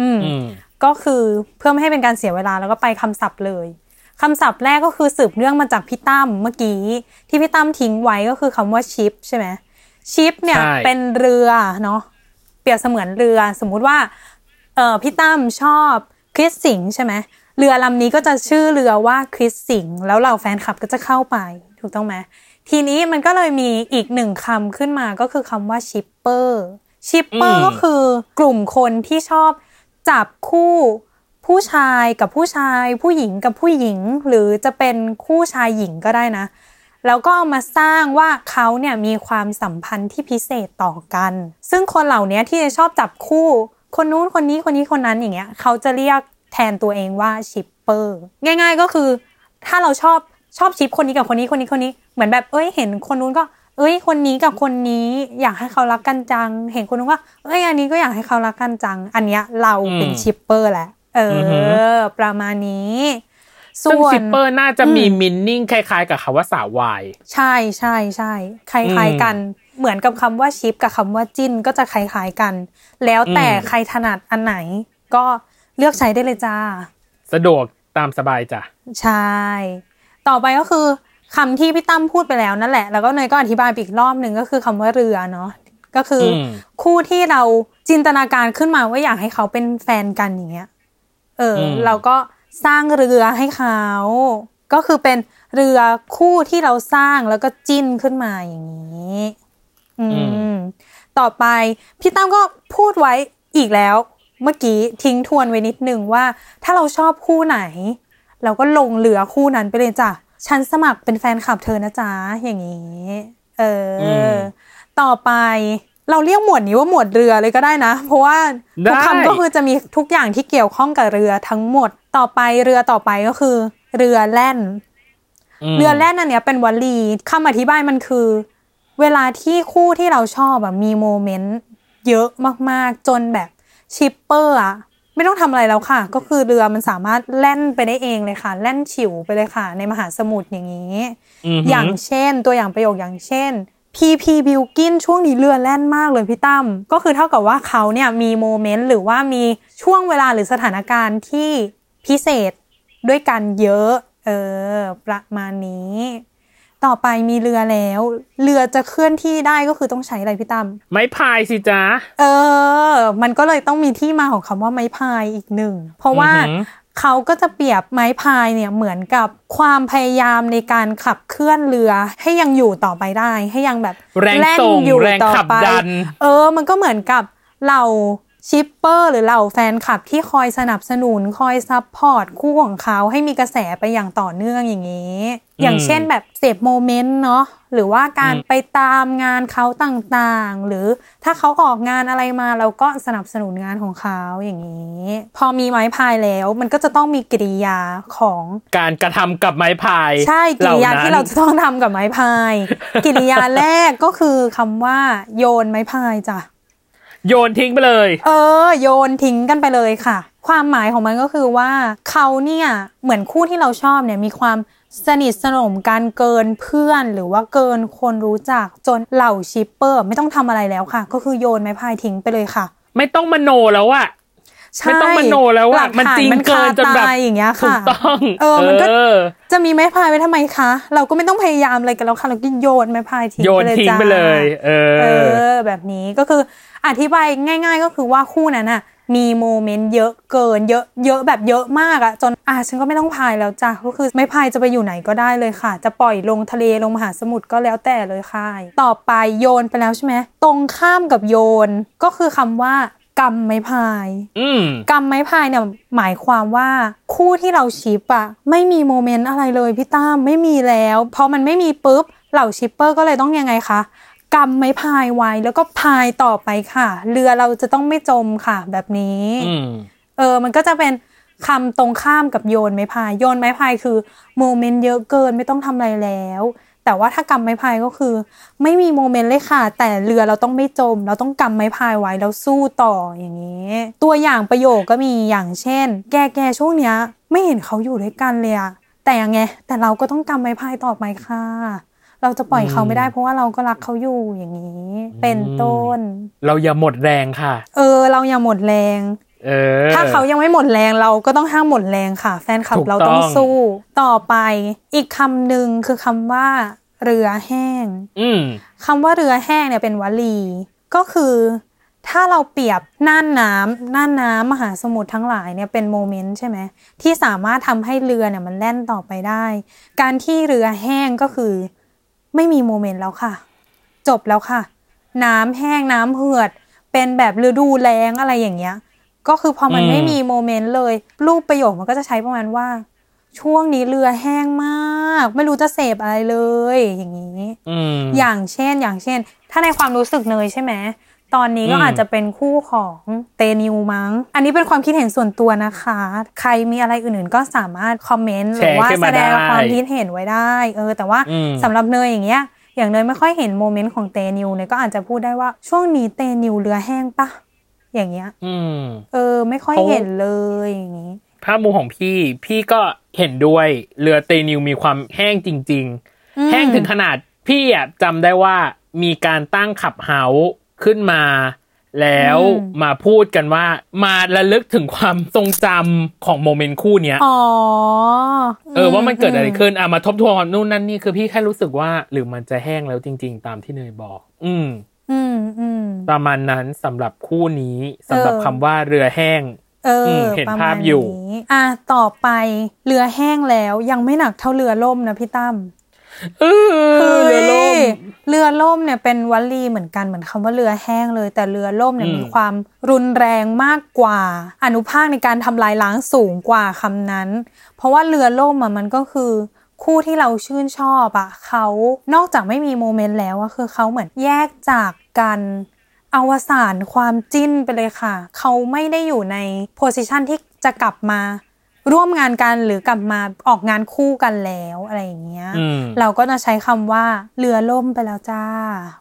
Speaker 2: อืม
Speaker 1: อืม
Speaker 2: ก็คือเพื่อไม่ให้เป็นการเสียเวลาแล้วก็ไปคำศัพท์เลยคำศัพท์แรกก็คือสืบเรื่องมาจากพี่ตั้มเมื่อกี้ ที่พี่ตั้มทิ้งไว้ก็คือคำว่าชิปใช่ไหมชิปเนี่ย
Speaker 1: ใช่
Speaker 2: เป็นเรือเนาะเปรียบเสมือนเรือสมมุติว่า เออพี่ตั้มชอบคริสสิงห์ใช่ไหมเรือลำนี้ก็จะชื่อเรือว่าคริสสิงห์แล้วเราแฟนคลับก็จะเข้าไปถูกต้องไหมทีนี้มันก็เลยมีอีกหนึ่งคำขึ้นมาก็คือคำว่าชิปเปอร์ชิปเปอ
Speaker 1: อื
Speaker 2: ร์
Speaker 1: ม
Speaker 2: ก็คือกลุ่มคนที่ชอบจับคู่ผู้ชายกับผู้ชาย ผู้หญิงกับผู้หญิง หรือจะเป็นคู่ชายหญิงก็ได้นะ แล้วก็เอามาสร้างว่าเขาเนี่ยมีความสัมพันธ์ที่พิเศษต่อกัน ซึ่งคนเหล่านี้ที่จะชอบจับคู่ คนนู้นคนนี้คนนี้คนนั้นอย่างเงี้ยเขาจะเรียกแทนตัวเองว่าชิปเปอร์ง่าย ๆก็คือ ถ้าเราชอบชอบชิปคนนี้กับคนนี้คนนี้คนนี้ เหมือนแบบเอ้ยเห็นคนนู้นก็ เอ้ย คนนี้กับคนนี้อยากให้เขารักกันจัง เห็นคนนู้นก็เอ้ยอันนี้ก็อยากให้เขารักกันจัง อันเนี้ยเราเป็น
Speaker 1: อืม
Speaker 2: ชิปเปอร์แหละเออ
Speaker 1: อฮึ
Speaker 2: อประมาณนี้
Speaker 1: ซึ่ง
Speaker 2: ส่วน
Speaker 1: ชิปเปอร์น่าจะมี
Speaker 2: อืม
Speaker 1: มินนิ่งคล้ายๆ กับคำว่าสาววาย
Speaker 2: ใช่ใช่ใช่คล้าย
Speaker 1: อืม
Speaker 2: ๆกัน เหมือนกับคำว่าชิปกับคำว่าจิ้นก็จะคล้ายๆกัน แล้วแต่
Speaker 1: อืม
Speaker 2: ใครถนัดอันไหน ก็เลือกใช้ได้เลยจ้า
Speaker 1: สะดวกตามสบายจ้ะ
Speaker 2: ใช่ ต่อไปก็คือคำที่พี่ตั้มพูดไปแล้วนั่นแหละ แล้วก็เนยก็อธิบายไปอีกรอบหนึ่งก็คือคำว่าเรือเนาะ ก็คืออ
Speaker 1: ม
Speaker 2: คู่ที่เราจินตนาการขึ้นมาว่าอยากให้เขาเป็นแฟนกันอย่างเงี้ย เอออ
Speaker 1: ม
Speaker 2: เราก็สร้างเรือให้เขา ก็คือเป็นเรือคู่ที่เราสร้างแล้วก็จิ้นขึ้นมาอย่างนี้ อืม ต่อไปพี่ตั้มก็พูดไว้อีกแล้ว เมื่อกี้ทิ้งทวนไว้นิดนึงว่า ถ้าเราชอบคู่ไหน เราก็ลงเรือคู่นั้นไปเลยจ้ะ ฉันสมัครเป็นแฟนคลับเธอนะจ๊ะ อย่างนี้ เอออ
Speaker 1: ม
Speaker 2: ต่อไปเราเรียกหมวดนี้ว่าหมวดเรือเลยก็ได้นะ เพราะว่าทุก
Speaker 1: ได้
Speaker 2: คำก็คือจะมีทุกอย่างที่เกี่ยวข้องกับเรือทั้งหมด ต่อไปเรือต่อไปก็คือ เรือแล่น
Speaker 1: ม
Speaker 2: เรือแล่นอันเนี้ยเป็นวลีคำอธิบายมันคือ เวลาที่คู่ที่เราชอบอะมีโมเมนต์เยอะมากๆ จนแบบชิปเปอร์อะไม่ต้องทำอะไรแล้วค่ะ ก็คือเรือมันสามารถแล่นไปได้เองเลยค่ะ แล่นฉิวไปเลยค่ะ ในมหาสมุทรอย่างนี้
Speaker 1: มฮึ
Speaker 2: อย่างเช่น ตัวอย่างประโยคอย่างเช่น พีพีบิวกินช่วงนี้เรือแล่นมากเลยพี่ตั้มก็คือเท่ากับว่าเขาเนี่ยมีโมเมนต์หรือว่ามีช่วงเวลาหรือสถานการณ์ที่พิเศษด้วยกันเยอะ เออ ประมาณนี้ ต่อไปมีเรือแล้ว เรือจะเคลื่อนที่ได้ก็คือต้องใช้อะไรพี่ตั้ม
Speaker 1: ไม้พายสิจ้า
Speaker 2: เออ มันก็เลยต้องมีที่มาของคำว่าไม้พายอีกหนึ่ง เพราะว่า
Speaker 1: อือหือ
Speaker 2: เขาก็จะเปรียบไม้พายเนี่ยเหมือนกับความพยายามในการขับเคลื่อนเรือให้ยังอยู่ต่อไปได้ ให้ยังแบบ
Speaker 1: แรง
Speaker 2: ล่น
Speaker 1: ส่ง
Speaker 2: อยู่
Speaker 1: แรง
Speaker 2: ต่อ
Speaker 1: ขับ
Speaker 2: ไป
Speaker 1: ดัน
Speaker 2: เออ มันก็เหมือนกับเหล่าชิปเปอร์หรือเหล่าแฟนคลับที่คอยสนับสนุนคอยซัพพอร์ตคู่ของเขาให้มีกระแสไปอย่างต่อเนื่องอย่างนี้
Speaker 1: อืม
Speaker 2: อย่างเช่นแบบเสพโมเมนต์เนาะหรือว่าการ
Speaker 1: อืม
Speaker 2: ไปตามงานเขาต่างๆ หรือถ้าเขาออกงานอะไรมาเราก็สนับสนุนงานของเขาอย่างนี้ พอมีไม้พายแล้วมันก็จะต้องมีกริยาของ
Speaker 1: การกระทำกับไม้พาย
Speaker 2: ใช่กิริยา
Speaker 1: หล่นั้น
Speaker 2: ที่เราจะต้องทำกับไม้พาย กิริยาแรกก็คือคำว่า โยนไม้พายจ้ะ
Speaker 1: โยนทิ้งไปเลย
Speaker 2: เออโยนทิ้งกันไปเลยค่ะ ความหมายของมันก็คือว่าเขาเนี่ยเหมือนคู่ที่เราชอบเนี่ยมีความสนิทสนมการเกินเพื่อนหรือว่าเกินคนรู้จักจนเหล่าชิปเปอร์ ไม่ต้องทำอะไรแล้วค่ะ ก็คือโยนไม้พายทิ้งไปเลยค่ะ
Speaker 1: ไม่ต้องมโนแล้วอะ
Speaker 2: ใช่
Speaker 1: ไม่ต้องมโนแล้ว
Speaker 2: ห
Speaker 1: อะ
Speaker 2: ลัก
Speaker 1: มัน
Speaker 2: ฐาน
Speaker 1: จริง
Speaker 2: มัน
Speaker 1: เกินจนแบบ
Speaker 2: คาตาอย่างเงี้ยค่ะ
Speaker 1: ถูกต้อง
Speaker 2: เออมันก็
Speaker 1: เออ
Speaker 2: จะมีไม้พายไว้ทำไมคะ เราก็ไม่ต้องพยายามอะไรกันแล้วค่ะเราก็โยนไม้พายทิ้ง
Speaker 1: โยน
Speaker 2: ไปเลย
Speaker 1: ทิ้ง
Speaker 2: จ้า
Speaker 1: ไปเลยเออ
Speaker 2: เออ แบบนี้ก็คืออธิบายง่าย ๆ ก็คือว่าคู่นั้นน่ะ มีโมเมนต์เยอะเกิน เยอะเยอะแบบเยอะมากอะจนอ่ะฉันก็ไม่ต้องพายแล้วจ้ะก็คือไม่พายจะไปอยู่ไหนก็ได้เลยค่ะ จะปล่อยลงทะเลลงมหาสมุทรก็แล้วแต่เลยค่ะ ต่อไปโยนไปแล้วใช่ไหมตรงข้ามกับโยนก็คือคำว่ากำไม้พาย
Speaker 1: อืม
Speaker 2: กำไม้พายเนี่ยหมายความว่าคู่ที่เราชิปอะไม่มีโมเมนต์อะไรเลยพี่ตั้มไม่มีแล้วพอมันไม่มีปุ๊บเหล่าชิปเปอร์ก็เลยต้องยังไงคะกำไม้พายไว้แล้วก็พายต่อไปค่ะ เรือเราจะต้องไม่จมค่ะ แบบนี้
Speaker 1: อืม
Speaker 2: เออ มันก็จะเป็นคำตรงข้ามกับโยนไม้พาย โยนไม้พายคือโมเมนต์เยอะเกินไม่ต้องทำอะไรแล้ว แต่ว่าถ้ากำไม้พายก็คือ ไม่มีโมเมนต์เลยค่ะ แต่เรือเราต้องไม่จม เราต้องกำไม้พายไว้แล้วสู้ต่ออย่างนี้ ตัวอย่างประโยคก็มีอย่างเช่น แกแกช่วงเนี้ย ไม่เห็นเขาอยู่ด้วยกันเลยอะแต่ยังไง แต่เราก็ต้องกำไม้พายต่อไปค่ะ เราจะปล่อยเขาไม่ได้เพราะว่าเราก็รักเขาอยู่อย่างนี้ เป็นต้น
Speaker 1: เราอย่าหมดแรงค่ะ
Speaker 2: เออ เราอย่าหมดแรง
Speaker 1: เออ
Speaker 2: ถ้าเขายังไม่หมดแรงเราก็ต้องห้ามหมดแรงค่ะ แฟนคลับ
Speaker 1: ถูก
Speaker 2: เราต้อง
Speaker 1: ต้อง
Speaker 2: สู้ ต่อไปอีกคำหนึ่งคือคำว่า เรือแห้ง
Speaker 1: อืม
Speaker 2: คำว่าเรือแห้งเนี่ยเป็นวลี ก็คือ ถ้าเราเปรียบน่านน้ำน่านน้ำมหาสมุทรทั้งหลายเนี่ยเป็นโมเมนต์ใช่ไหมที่สามารถทำให้เรือเนี่ยมันแล่นต่อไปได้ การที่เรือแห้งก็คือ ไม่มีโมเมนต์แล้วค่ะ จบแล้วค่ะ น้ำแห้งน้ำเหือด เป็นแบบฤดูแล้งอะไรอย่างเงี้ย ก็คือพอมัน
Speaker 1: อืม
Speaker 2: ไม่มีโมเมนต์เลย รูปประโยคมันก็จะใช้ประมาณว่า ช่วงนี้เรือแห้งมาก ไม่รู้จะเสพอะไรเลย อย่างนี้
Speaker 1: อืม
Speaker 2: อย่างเช่นอย่างเช่น ถ้าในความรู้สึกเนยใช่ไหมตอนนี้ก็
Speaker 1: อืม
Speaker 2: อาจจะเป็นคู่ของเตนิวมั้ง อันนี้เป็นความคิดเห็นส่วนตัวนะคะ ใครมีอะไรอื่นๆ ก็สามารถคอมเมนต์ห
Speaker 1: แช
Speaker 2: รือ
Speaker 1: ร์
Speaker 2: ว่า
Speaker 1: ขึ้น
Speaker 2: แส
Speaker 1: มา
Speaker 2: ดง
Speaker 1: ได้
Speaker 2: ความคิดเห็นไว้ได้ เออ แต่ว่า
Speaker 1: อืม
Speaker 2: สำหรับเนยอย่างเงี้ย อย่างเนยไม่ค่อยเห็นโมเมนต์ของเตนิวเนี่ยก็อาจจะพูดได้ว่าช่วงนี้เตนิวเรือแห้งปะอย่างเงี้ย
Speaker 1: อืม
Speaker 2: เออ ไม่ค่อยเห็นเลยอย่างนี้
Speaker 1: ภาพมุมของพี่ พี่ก็เห็นด้วยเรือเตนิวมีความแห้งจริง ๆ แห้งถึงขนาดพี่อะจำได้ว่ามีการตั้งขับเฮาส์ขึ้นมา แล้วมาพูดกันว่า มาระลึกถึงความทรงจำของโมเมนต์คู่เนี้ย
Speaker 2: อ๋อ
Speaker 1: เออว่ามันเกิดอะไรขึ้นอ่ะมาทบทวนความนู่นนั่นนี่คือพี่แค่รู้สึกว่า หรือมันจะแห้งแล้วจริง ๆ ตามที่เนยบอก อืม
Speaker 2: อืมอืม
Speaker 1: ประมาณนั้นสำหรับคู่นี้สำหรับ
Speaker 2: เออ
Speaker 1: คำว่าเรือแห้ง
Speaker 2: เออ
Speaker 1: มเห็น
Speaker 2: ประมณ
Speaker 1: ภาพอยู่
Speaker 2: นี้อ่ะต่อไปเรือแห้งแล้วยังไม่หนักเท่าเรือล่มนะพี่ตั้ม
Speaker 1: เออเรือล่ม
Speaker 2: ฮ้ยเรือล่มเนี่ยเป็นวลีเหมือนกันเหมือนคำว่าเรือแห้งเลย แต่เรือล่มเนี่ย
Speaker 1: อืม
Speaker 2: มีความรุนแรงมากกว่า อนุภาคในการทำลายล้างสูงกว่าคำนั้น เพราะว่าเรือล่มอ่ะมันก็คือคู่ที่เราชื่นชอบอ่ะเขานอกจากไม่มีโมเมนต์แล้วอะคือเขาเหมือนแยกจากกัน อวสานความจิ้นไปเลยค่ะ เขาไม่ได้อยู่ในโพสิชันที่จะกลับมาร่วมงานกันหรือกลับมาออกงานคู่กันแล้วอะไรอย่างเงี้ย
Speaker 1: อืม
Speaker 2: เราก็จะใช้คำว่าเรือล่มไปแล้วจ้า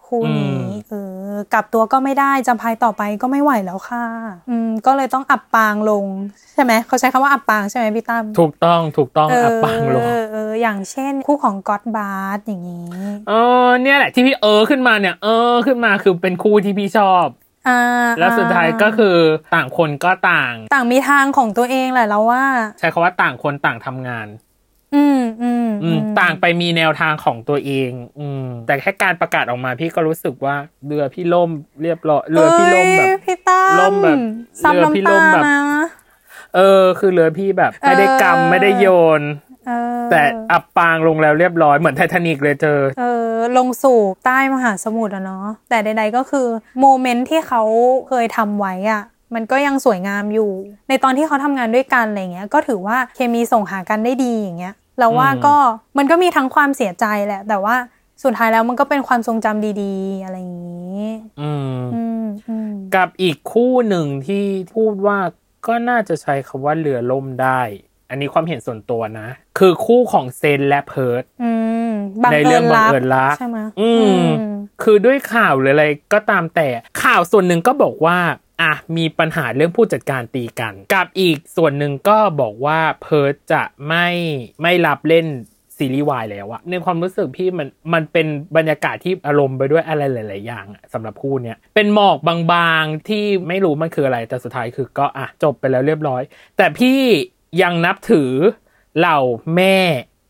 Speaker 2: คู่
Speaker 1: อื
Speaker 2: นี้
Speaker 1: ม
Speaker 2: เออกลับตัวก็ไม่ได้จะพายต่อไปก็ไม่ไหวแล้วค่ะ อืมก็เลยต้องอับปางลงใช่ไหมเขาใช้คำว่าอับปางใช่ไหมพี่ตั้ม
Speaker 1: ถูกต้องถูกต้อง
Speaker 2: เ
Speaker 1: อับปางลง
Speaker 2: เออเอออย่างเช่น คู่ของก็อตบาร์อย่างนี้
Speaker 1: เออเนี่ยแหละที่พี่เออขึ้นมาเนี่ย เออขึ้นมาคือเป็นคู่ที่พี่ชอบ
Speaker 2: อ่า
Speaker 1: แล้วสุดท้ายก็คือต่างคนก็ต่าง
Speaker 2: ต่างมีทางของตัวเองแหละเราว่า
Speaker 1: ใช้คำว่าต่างคนต่างทำงาน
Speaker 2: อืมอืม
Speaker 1: อืมต่างไปมีแนวทางของตัวเอง อืม แต่แค่การประกาศออกมาพี่ก็รู้สึกว่าเรือพี่ล่มเรียบร้อยเรือพี่ล่มแบบ
Speaker 2: เอ้ยพี่ตั้ม
Speaker 1: ล่มแบบ
Speaker 2: ซับ
Speaker 1: เรือพี่ล่
Speaker 2: น้ำตาม
Speaker 1: แบบ
Speaker 2: นะ
Speaker 1: เออ คือเรือพี่แบบ ไม่ได้กำไม่ได้โยน
Speaker 2: เออ
Speaker 1: แต่อับปางลงแล้วเรียบร้อยเหมือนไททานิกเลยเจอ
Speaker 2: เออลงสู่ใต้มหาสมุทรอะเนาะแต่ใดๆก็คือโมเมนต์ที่เขาเคยทำไว้อะมันก็ยังสวยงามอยู่ ในตอนที่เขาทำงานด้วยกันอะไรเงี้ยก็ถือว่าเคมีส่งหากันได้ดีอย่างเงี้ยเราว่าก็มันก็มีทั้งความเสียใจแหละ แต่ว่าสุดท้ายแล้วมันก็เป็นความทรงจำดีๆ อะไรอย่างนี้
Speaker 1: อืม
Speaker 2: อืมอืม
Speaker 1: กับอีกคู่หนึ่งที่พูดว่าก็น่าจะใช้คำว่าเรือล่มได้ อันนี้ความเห็นส่วนตัวนะ คือคู่ของเซนและเพิร์ด
Speaker 2: อืมบัง
Speaker 1: ใน
Speaker 2: เอิ
Speaker 1: เรื่อง
Speaker 2: ญ
Speaker 1: บั
Speaker 2: รั
Speaker 1: ง
Speaker 2: ก
Speaker 1: เอิญรัก
Speaker 2: ใช่ไหม
Speaker 1: อืม คือด้วยข่าวหรืออะไรก็ตามแต่ข่าวส่วนหนึ่งก็บอกว่าอ่ะมีปัญหาเรื่องผู้จัดการตีกัน กับอีกส่วนหนึ่งก็บอกว่าเพิร์ทจะไม่ไม่รับเล่น ซีรีส์วายแล้วอะในความรู้สึกพี่มันมันเป็นบรรยากาศที่อารมณ์ไปด้วยอะไรหลาย ๆ อย่างอะสำหรับคู่เนี้ยเป็นหมอกบางๆที่ไม่รู้มันคืออะไร แต่สุดท้ายคือก็อ่ะจบไปแล้วเรียบร้อย แต่พี่ยังนับถือเหล่าแม่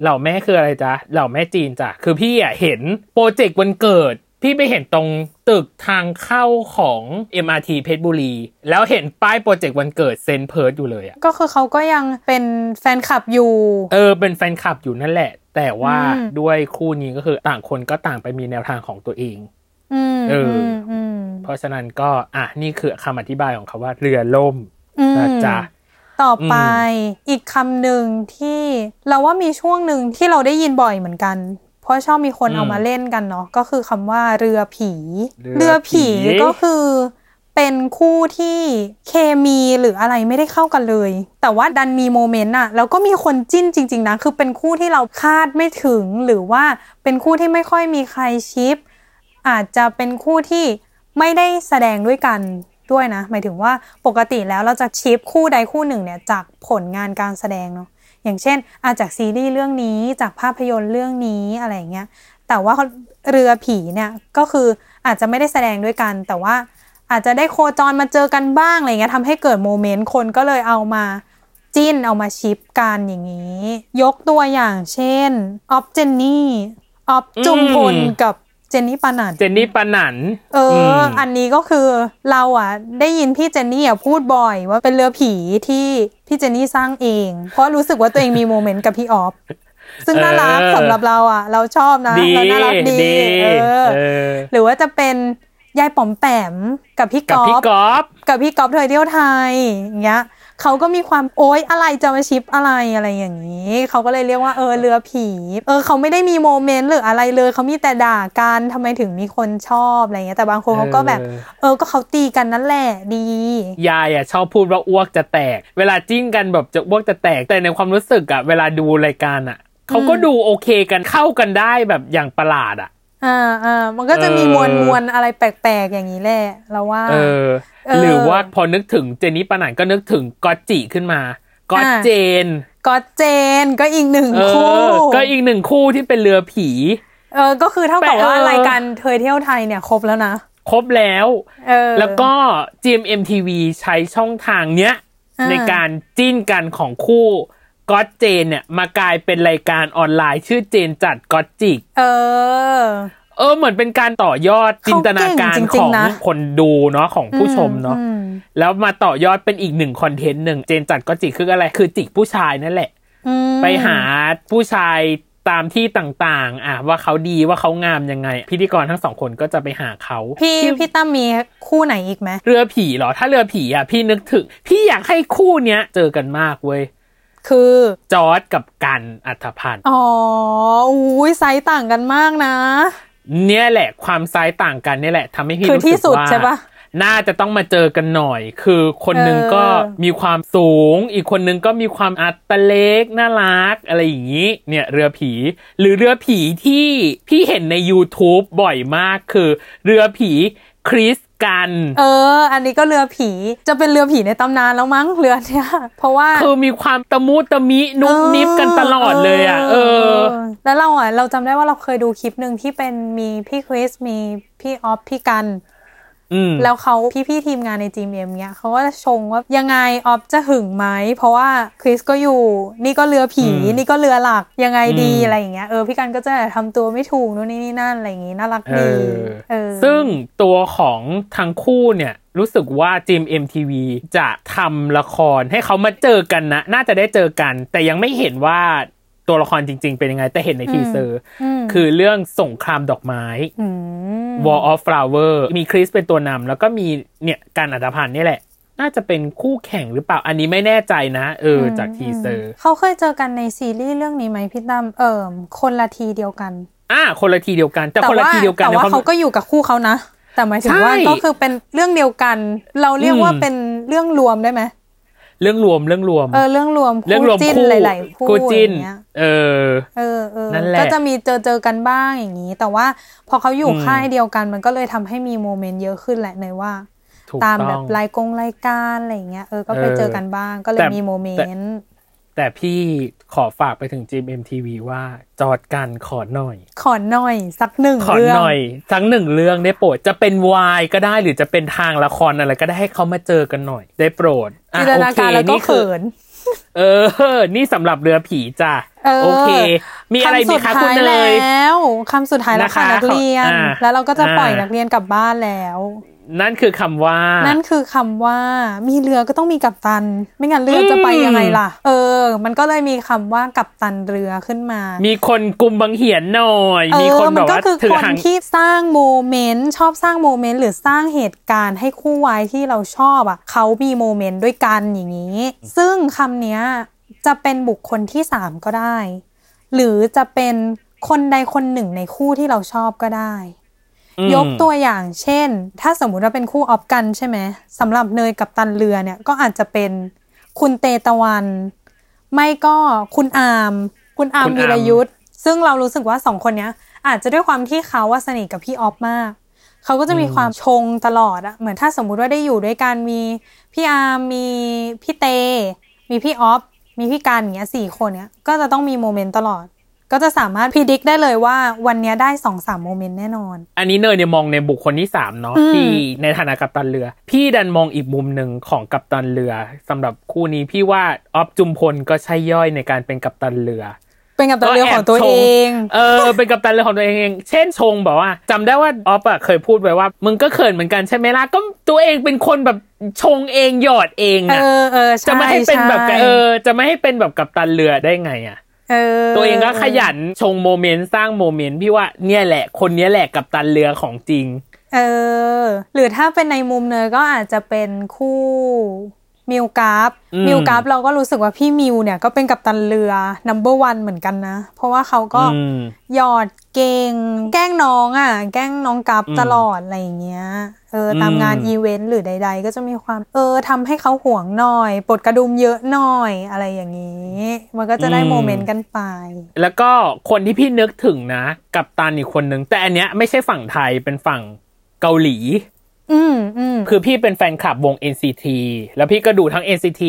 Speaker 1: เหล่าแม่คืออะไรจ๊ะเหล่าแม่จีนจ้ะคือพี่อะเห็นโปรเจกต์วันเกิด พี่ไปเห็นตรงตึกทางเข้าของ MRT เพชรบุรี แล้วเห็นป้ายโปรเจกต์วันเกิดเซนเพิร์ดอยู่เลยอะ
Speaker 2: ก็คือเขาก็ยังเป็นแฟนคลับอยู่
Speaker 1: เออเป็นแฟนคลับอยู่นั่นแหละ แต่ว่า
Speaker 2: อืม
Speaker 1: ด้วยคู่นี้ก็คือต่างคนก็ต่างไปมีแนวทางของตัวเอง
Speaker 2: อืม
Speaker 1: เอออื
Speaker 2: มอืม
Speaker 1: เพราะฉะนั้นก็อ่ะนี่คือคำอธิบายของเขาว่าเรือล่ม
Speaker 2: อืม
Speaker 1: นะจ๊ะ
Speaker 2: ต่อไป
Speaker 1: อื
Speaker 2: อีกคำหนึ่งที่เราว่ามีช่วงหนึ่งที่เราได้ยินบ่อยเหมือนกัน เพราะชอบมีคนเอามาเล่นกันเนาะก็คือคำว่าเรือผี
Speaker 1: เรือผี
Speaker 2: เรือผีก็คือเป็นคู่ที่เคมีหรืออะไรไม่ได้เข้ากันเลย แต่ว่าดันมีโมเมนต์อะแล้วก็มีคนจิ้นจริง ๆนะคือเป็นคู่ที่เราคาดไม่ถึงหรือว่าเป็นคู่ที่ไม่ค่อยมีใครชิป อาจจะเป็นคู่ที่ไม่ได้แสดงด้วยกันด้วยนะ หมายถึงว่าปกติแล้วเราจะชิปคู่ใดคู่หนึ่งเนี่ยจากผลงานการแสดงเนาะอย่างเช่น อาจจากซีรีส์เรื่องนี้จากภาพยนตร์เรื่องนี้อะไรอย่างเงี้ยแต่ว่าเรือผีเนี่ยก็คืออาจจะไม่ได้แสดงด้วยกัน แต่ว่าอาจจะได้โคจรมาเจอกันบ้างอะไรเงี้ยทำให้เกิดโมเมนต์คนก็เลยเอามา จิ้นเอามาชิปกันอย่างนี้ ยกตัวอย่างเช่นออฟเจนนี่ออฟจุมพล
Speaker 1: อืม
Speaker 2: กับเจนนี่ปานัน
Speaker 1: เจนนี่ปานัน
Speaker 2: เอออ
Speaker 1: ม
Speaker 2: อันนี้ก็คือเราอ่ะ ได้ยินพี่เจนนี่อ่ะพูดบ่อยว่าเป็นเรือผีที่พี่เจนนี่สร้างเอง เพราะรู้สึกว่าตัวเองมีโมเมนต์กับพี่ออฟซึ่งน่ารักสำหรับเราอ่ะ เราชอบนะ
Speaker 1: ดี
Speaker 2: เราน่ารักดี
Speaker 1: ดี
Speaker 2: เออ
Speaker 1: เออ
Speaker 2: หรือว่าจะเป็นยายป๋อมแปมกับพี่
Speaker 1: กับ
Speaker 2: ก๊อ
Speaker 1: พี่
Speaker 2: ฟ
Speaker 1: กอฟ
Speaker 2: กับพี่ก๊อฟเทยเที่ยวไทยอย่างเงี้ยเขาก็มีความโอ๊ยอะไรจะมาชิปอะไรอะไรอย่างนี้เขาก็เลยเรียกว่าเออเรือผีเออเขาไม่ได้มีโมเมนต์หรืออะไรเลยเขามีแต่ด่ากันทำไมถึงมีคนชอบอะไรเงี้ยแต่บางคนเขาก็แบบ
Speaker 1: เออ
Speaker 2: เออก็เขาตีกันนั่นแหละดี
Speaker 1: ยายอ่ะชอบพูดว่าอ้วกจะแตก เวลาจิ้นกันแบบจะอ้วกจะแตก แต่ในความรู้สึกอ่ะเวลาดูรายการอ่ะเขาก็ดูโอเคกันเข้ากันได้แบบอย่างประหลาดอ่ะ
Speaker 2: อ่าอ่ามันก็จะมี
Speaker 1: เออ
Speaker 2: มวลมวลอะไรแปลกๆอย่างนี้แหละเราว่า
Speaker 1: เออ
Speaker 2: เออ
Speaker 1: หรือว่าพอนึกถึงเจนนี่ปานันก็นึกถึงก๊อตจิขึ้นมาก๊อต
Speaker 2: อ่า
Speaker 1: เจน
Speaker 2: ก็เจนก็อีกหนึ่ง
Speaker 1: เอ
Speaker 2: คู่
Speaker 1: อ ก็อีกหนึ่งคู่ที่เป็นเรือผี
Speaker 2: เออก็คือเท่ากับ
Speaker 1: แปะ
Speaker 2: ว่า
Speaker 1: เออ
Speaker 2: รายการเทยเที่ยวไทยเนี่ยครบแล้วนะ
Speaker 1: ครบแล้ว
Speaker 2: เออ
Speaker 1: แล้วก็ GMMTV ใช้ช่องทางเนี้ย
Speaker 2: อ่า
Speaker 1: ในการจิ้นกันของคู่ก๊อตเจนเนี่ย มากลายเป็นรายการออนไลน์ชื่อเจนจัดก๊อตจิก
Speaker 2: เออ
Speaker 1: เออเหมือนเป็นการต่อยอดจินตนาการ
Speaker 2: เขาเก่ง
Speaker 1: ของ
Speaker 2: จริงๆนะ
Speaker 1: คนดูเนาะของผู้ชมเนาะ
Speaker 2: อืม
Speaker 1: แล้วมาต่อยอดเป็นอีกหนึ่งคอนเทนต์หนึ่งเจนจัดก็จิกคืออะไร คือจิกผู้ชายนั่นแหละ
Speaker 2: อืม
Speaker 1: ไปหาผู้ชายตามที่ต่างๆ อ่ะว่าเขาดีว่าเขางามยังไง พิธีกรทั้งสองคนก็จะไปหาเขา
Speaker 2: พี่พี่ตั้มมีคู่ไหนอีกไหม
Speaker 1: เรือผีเหรอ ถ้าเรือผีอ่ะพี่นึกถึง พี่อยากให้คู่เนี้ยเจอกันมากเว้ย
Speaker 2: คือ
Speaker 1: จอร์ดกับกันอัธพันธ์
Speaker 2: อ๋ออุ้ยไซส์ต่างกันมากนะ
Speaker 1: เนี่ยแหละความไซส์ต่างกันเนี่ยแหละทำให้พี่
Speaker 2: คือ
Speaker 1: รู้สึก
Speaker 2: ที่สุด
Speaker 1: ว่า
Speaker 2: ใช่ปะ
Speaker 1: น่าจะต้องมาเจอกันหน่อย คือคนหนึงก็
Speaker 2: เออ
Speaker 1: มีความสูง อีกคนหนึงก็มีความอัตเล็กน่ารักอะไรอย่างนี้ เนี่ยเรือผี หรือเรือผีที่พี่เห็นใน YouTube บ่อยมากคือ เรือผีคริสกัน
Speaker 2: เออ อันนี้ก็เรือผีจะเป็นเรือผีในตำนานแล้วมั้งเรือเนี่ยเพราะว่า
Speaker 1: คือมีความตะมุตะมินุบนิบกันตลอดเลยอ่ะ เออ
Speaker 2: แล้วเราอ่ะเราจำได้ว่าเราเคยดูคลิปหนึ่งที่เป็นมีพี่คริสมีพี่ออฟพี่กัน
Speaker 1: อืม
Speaker 2: แล้วเขาพี่ๆทีมงานในจีมเอ็มเนี้ยเขาก็จะชงว่ายังไงออฟจะหึงไหมเพราะว่าคริสก็อยู่ นี่ก็เรือผี
Speaker 1: อืม
Speaker 2: นี่ก็เรือหลักยังไงดี
Speaker 1: อืม
Speaker 2: อะไรอย่างเงี้ยเออพี่กันก็จะทำตัวไม่ถูกนู่นนี่นี่นั่นอะไรอย่างงี้น่ารัก
Speaker 1: เอ
Speaker 2: ดี
Speaker 1: อ
Speaker 2: เออ
Speaker 1: ซึ่งตัวของทั้งคู่เนี่ย รู้สึกว่าจิม MTV จะทำละครให้เขามาเจอกันนะ น่าจะได้เจอกัน แต่ยังไม่เห็นว่าตัวละครจริง ๆ เป็นยังไง แต่เห็นในทีเซอร์ คือเรื่องสงครามดอกไม้ War of Flower มีคริสเป็นตัวนำแล้วก็มีเนี่ยการอัตพันธ์นี่แหละ น่าจะเป็นคู่แข่งหรือเปล่าอันนี้ไม่แน่ใจนะ เออจากทีเซอร์
Speaker 2: เขาเคยเจอกันในซีรีส์เรื่องนี้ไหมพี่ตั้มเอิมคนละทีเดียวกัน
Speaker 1: อ่ะคนละทีเดียวกัน แต่คนละ
Speaker 2: ว่า
Speaker 1: ทีเดียวกัน
Speaker 2: แต่ว่า
Speaker 1: ในคม
Speaker 2: เขาก็อยู่กับคู่เขานะ แต่หมายถึง
Speaker 1: ใช่
Speaker 2: ว่าก็คือเป็นเรื่องเดียวกัน เราเรียกว่า
Speaker 1: อืม
Speaker 2: เป็นเรื่องรวมได้ไหม
Speaker 1: เรื่องรวมเรื่องรวม
Speaker 2: เออเรื่องรวม
Speaker 1: เรื่อง
Speaker 2: คู่
Speaker 1: รวม
Speaker 2: จิ้น
Speaker 1: คู่
Speaker 2: หลายๆคู่
Speaker 1: คู่จิ้น
Speaker 2: อย่างเงี้ย
Speaker 1: เออ
Speaker 2: เออเออ
Speaker 1: นั่นแหละ
Speaker 2: ก็จะมีเจอเจอกันบ้างอย่างนี้ แต่ว่าพอเขาอยู่
Speaker 1: อืม
Speaker 2: ค่ายเดียวกันมันก็เลยทำให้มีโมเมนต์เยอะขึ้นแหละเนยว่า
Speaker 1: ถูก
Speaker 2: ตามแบ
Speaker 1: ต้
Speaker 2: บ
Speaker 1: อง
Speaker 2: รายกงรายการอะไรอย่างเงี้ยเออก็ไป
Speaker 1: เออ
Speaker 2: เจอกันบ้างก็เล
Speaker 1: แต่
Speaker 2: ยมีโมเม
Speaker 1: แต่
Speaker 2: นต์
Speaker 1: แต่พี่ขอฝากไปถึง GMMTV ว่าจอดกันขอหน่อย
Speaker 2: ขอหน่อย สักหนึ่ง
Speaker 1: ขอ
Speaker 2: เรื่อง
Speaker 1: หน่อยทั้งหนึ่งเรื่องได้โปรดจะเป็นวายก็ได้หรือจะเป็นทางละครอะไรก็ได้ให้เขามาเจอกันหน่อย ได้โปรดอ่ะ
Speaker 2: จินตนาการ
Speaker 1: โอค
Speaker 2: แล้ว
Speaker 1: คื
Speaker 2: ก็
Speaker 1: อ
Speaker 2: เขิน
Speaker 1: เออ นี่สำหรับเรือผีจ้ะ
Speaker 2: เออ
Speaker 1: โอเค มีอะไรมีคะคุณเลย
Speaker 2: แล้วคำสุดท้ายแล้วค่ะ
Speaker 1: นะคะ
Speaker 2: นักเรียน
Speaker 1: อ่า
Speaker 2: แล้วเราก็จะ
Speaker 1: อ่า
Speaker 2: ปล่อยนักเรียนกลับบ้านแล้ว
Speaker 1: นั่นคือคำว่า
Speaker 2: นั่นคือคำว่ามีเรือก็ต้องมีกัปตัน ไม่งั้นเรือจะไปยังไงล่ะ เออ มันก็เลยมีคำว่ากัปตันเรือขึ้นมา
Speaker 1: มีคนกุมบังเหียนหน่อย
Speaker 2: เอ
Speaker 1: มี
Speaker 2: อ
Speaker 1: คน
Speaker 2: มั
Speaker 1: แบบ
Speaker 2: ก็
Speaker 1: ว่า
Speaker 2: คือ
Speaker 1: ถือ
Speaker 2: คน
Speaker 1: หาง
Speaker 2: ที่สร้างโมเมนต์ชอบสร้างโมเมนต์หรือสร้างเหตุการณ์ให้คู่วายที่เราชอบอ่ะเขามีโมเมนต์ด้วยกันอย่างนี้ ซึ่งคำเนี้ยจะเป็นบุคคลที่สามก็ได้ หรือจะเป็นคนใดคนหนึ่งในคู่ที่เราชอบก็ได้
Speaker 1: อืม
Speaker 2: ยกตัวอย่างเช่น ถ้าสมมุติว่าเป็นคู่ออฟกันใช่ไหมสำหรับเนยกับตันเรือเนี่ยก็อาจจะเป็นคุณเตตะวัน ไม่ก็คุณอาม คุณอาม
Speaker 1: คุณอาม
Speaker 2: วีรยุทธ์ซึ่งเรารู้สึกว่าสองคนเนี้ย อาจจะด้วยความที่เขาว่าสนิทกับพี่ออฟมาก เขาก็จะมีความชงตลอดอะเหมือนถ้าสมมุติว่าได้อยู่ด้วยกันมีพี่อาร์มมีพี่เต มีพี่ออฟมีพี่การอย่างเงี้ยสี่คนเนี้ยก็จะต้องมีโมเมนต์ตลอด ก็จะสามารถพิจิกได้เลยว่าวันเนี้ยได้สองสามโมเมนต์แน่นอน
Speaker 1: อันนี้เนยเนี่ยมองในบุคคลที่สามเนาะ
Speaker 2: อืม
Speaker 1: ที่ในฐานะกัปตันเรือ พี่ดันมองอีกมุมหนึ่งของกัปตันเรือสำหรับคู่นี้พี่ว่าออฟจุมพลก็ใช่ย่อยในการเป็นกัปตันเรือ
Speaker 2: เป็นกับตัวเรือของตัว
Speaker 1: ก็แบช
Speaker 2: เอง
Speaker 1: เออ เป็นกัปตันเรือของตัวเองเอง เช่นชงบอกว่าจำได้ว่าออฟอะเคยพูดไว้ว่า มึงก็เขินเหมือนกันใช่ไหมล่ะ ก็ตัวเองเป็นคนแบบชงเองหยอดเอง
Speaker 2: เอ
Speaker 1: อะ
Speaker 2: อเออช่
Speaker 1: จะไม่ให้เป็นแบบ
Speaker 2: ช่
Speaker 1: เออ จะไม่ให้เป็นแบบกัปตันเรือได้ไงอะ
Speaker 2: เออ
Speaker 1: ตัวเองก็ขยันชงโมเมนต์สร้างโมเมนต์พี่ว่าเนี่ยแหละ คนเนี้ยแหละกัปตันเรือของจริง
Speaker 2: เออ หรือถ้าเป็นในมุมเนยก็อาจจะเป็นคู่มิวกราฟ
Speaker 1: อืม
Speaker 2: มิวกราฟเราก็รู้สึกว่าพี่มิวเนี่ยก็เป็นกัปตันเรือ number one เหมือนกันนะ เพราะว่าเขาก็
Speaker 1: อืม
Speaker 2: หยอดเก่ง แกล้งน้องอ่ะ แกล้งน้องกราฟตลอดอะไรอย่างเงี้ย เออ ตามงานอีเวนต์หรือใด ๆ ก็จะมีความ เออทำให้เขาห่วงหน่อยปลดกระดุมเยอะหน่อยอะไรอย่างนี้ มันก็จะได้โมเมนต์กันไป
Speaker 1: แล้วก็คนที่พี่นึกถึงนะ กัปตันอีกคนนึงแต่อันเนี้ยไม่ใช่ฝั่งไทยเป็นฝั่งเกาหลี
Speaker 2: อืมอืม
Speaker 1: คือพี่เป็นแฟนคลับวง NCT แล้วพี่ก็ดูทั้ง NCT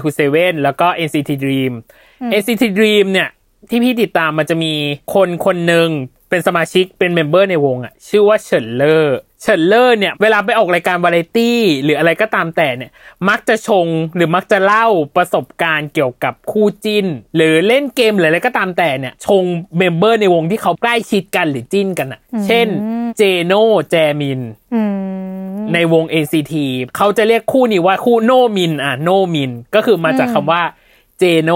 Speaker 1: 127 แล้วก็ NCT Dream NCT Dream เนี่ย ที่พี่ติดตามมันจะมีคนคนหนึ่งเป็นสมาชิกเป็นเมมเบอร์ในวงอะชื่อว่าเฉินเลอร์เฉินเลอร์เนี่ย เวลาไปออกรายการวาไรตี้ หรืออะไรก็ตามแต่เนี่ย มักจะชงหรือมักจะเล่าประสบการณ์เกี่ยวกับคู่จิ้น หรือเล่นเกมหรืออะไรก็ตามแต่เนี่ย ชงเมมเบอร์ในวงที่เขาใกล้ชิดกันหรือจิ้นกันอะเช่นเจโนแจมิน
Speaker 2: อืม
Speaker 1: ในวง NCT เขาจะเรียกคู่นี้ว่าคู่โนมินอ่ะโนมิน ก็คือมาจากคำว่าเจโน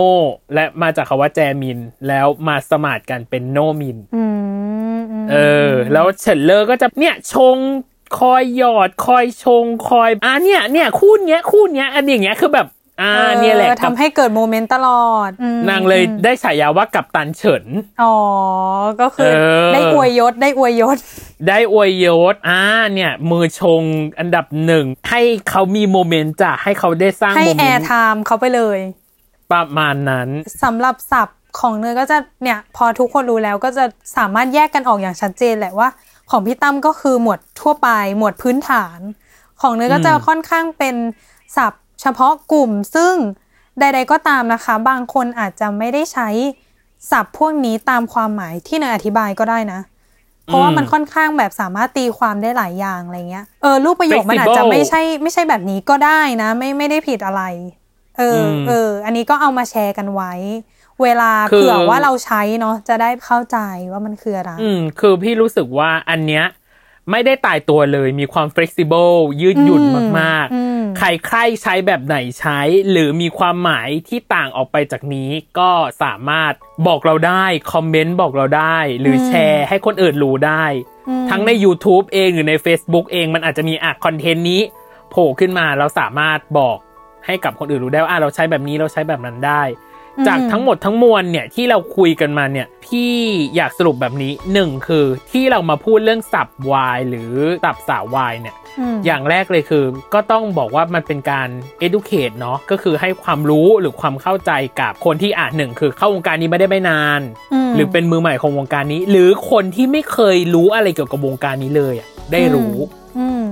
Speaker 1: และมาจากคำว่าแจมิน แล้วมาสมาดกันเป็นโนมิน
Speaker 2: อืมอืม
Speaker 1: เออ แล้วเฉินเลอร์ก็จะเนี่ยชงคอยหยอด คอยชงคอยอ่ะเนี่ยเนี่ยคู่เนี้ยคู่เนี้ยอันอย่างเงี้ยคือแบบอ่าเนี่ยแหละ
Speaker 2: ออทำให้เกิดโมเมนต์ตลอดอืม
Speaker 1: นางเลยได้ฉายาว่ากัปตันเฉิน
Speaker 2: อ๋อ ก็คือ
Speaker 1: เออ
Speaker 2: ได้อวยยศได้อวยยศ
Speaker 1: ได้อวยยศอ่าเนี่ย มือชงอันดับหนึ่งให้เขามีโมเมนต์จ้ะให้เขาได้สร้าง
Speaker 2: ให้
Speaker 1: โม
Speaker 2: แอ
Speaker 1: เมน
Speaker 2: ร์
Speaker 1: ต์
Speaker 2: ไทม์เขาไปเลย
Speaker 1: ประมาณนั้น
Speaker 2: สำหรับศัพท์ของเนยก็จะเนี่ย พอทุกคนรู้แล้วก็จะสามารถแยกกันออกอย่างชัดเจนแหละว่า ของพี่ตั้มก็คือหมวดทั่วไป หมวดพื้นฐาน ของเนยก็จะค่อนข้างเป็นศัพท์ เฉพาะกลุ่มซึ่งใด ๆ ก็ตามนะคะ บางคนอาจจะไม่ได้ใช้ศัพท์พวกนี้ตามความหมายที่เนยอธิบายก็ได้นะ เพราะว่ามันค่อนข้างแบบสามารถตีความได้หลายอย่างอะไรเงี้ย เออรูปประโยค
Speaker 1: Flexible
Speaker 2: มันอาจจะไม่ใช่ไม่ใช่แบบนี้ก็ได้นะ ไม่ไม่ได้ผิดอะไร เอออ
Speaker 1: ม
Speaker 2: เออ อันนี้ก็เอามาแชร์กันไว้ เวลา
Speaker 1: คือ
Speaker 2: เผื่อว่าเราใช้เนาะจะได้เข้าใจว่ามันคืออะไร
Speaker 1: อืมคือพี่รู้สึกว่าอันเนี้ยไม่ได้ตายตัวเลยมีความ flexible ยืดหยุ่นมาก
Speaker 2: อืม
Speaker 1: ๆ ใครใครใช้แบบไหนใช้ หรือมีความหมายที่ต่างออกไปจากนี้ ก็สามารถบอกเราได้ คอมเมนต์บอกเราได้ หรือแชร์ให้คนอื่นรู้ได้ ทั้งใน YouTube เองหรือใน Facebook เองมันอาจจะมีอ่ะคอนเทนต์นี้โผล่ขึ้นมาเราสามารถบอกให้กับคนอื่นรู้ได้ว่าอ่ะเราใช้แบบนี้เราใช้แบบนั้นได้ จากทั้งหมดทั้งมวลเนี่ยที่เราคุยกันมาเนี่ยพี่อยากสรุปแบบนี้หนึ่งคือที่เรามาพูดเรื่องสับวายหรือสับสาววายเนี่ย
Speaker 2: ม
Speaker 1: อย่างแรกเลยคือ ก็ต้องบอกว่ามันเป็นการ educate เนาะก็คือให้ความรู้หรือความเข้าใจกับคนที่อาจหนึ่งคือเข้าวงการนี้ไม่ได้ไม่นาน
Speaker 2: อืม
Speaker 1: หรือเป็นมือใหม่ของวงการนี้ หรือคนที่ไม่เคยรู้อะไรเกี่ยวกับวงการนี้เลยอะได้รู้
Speaker 2: อืม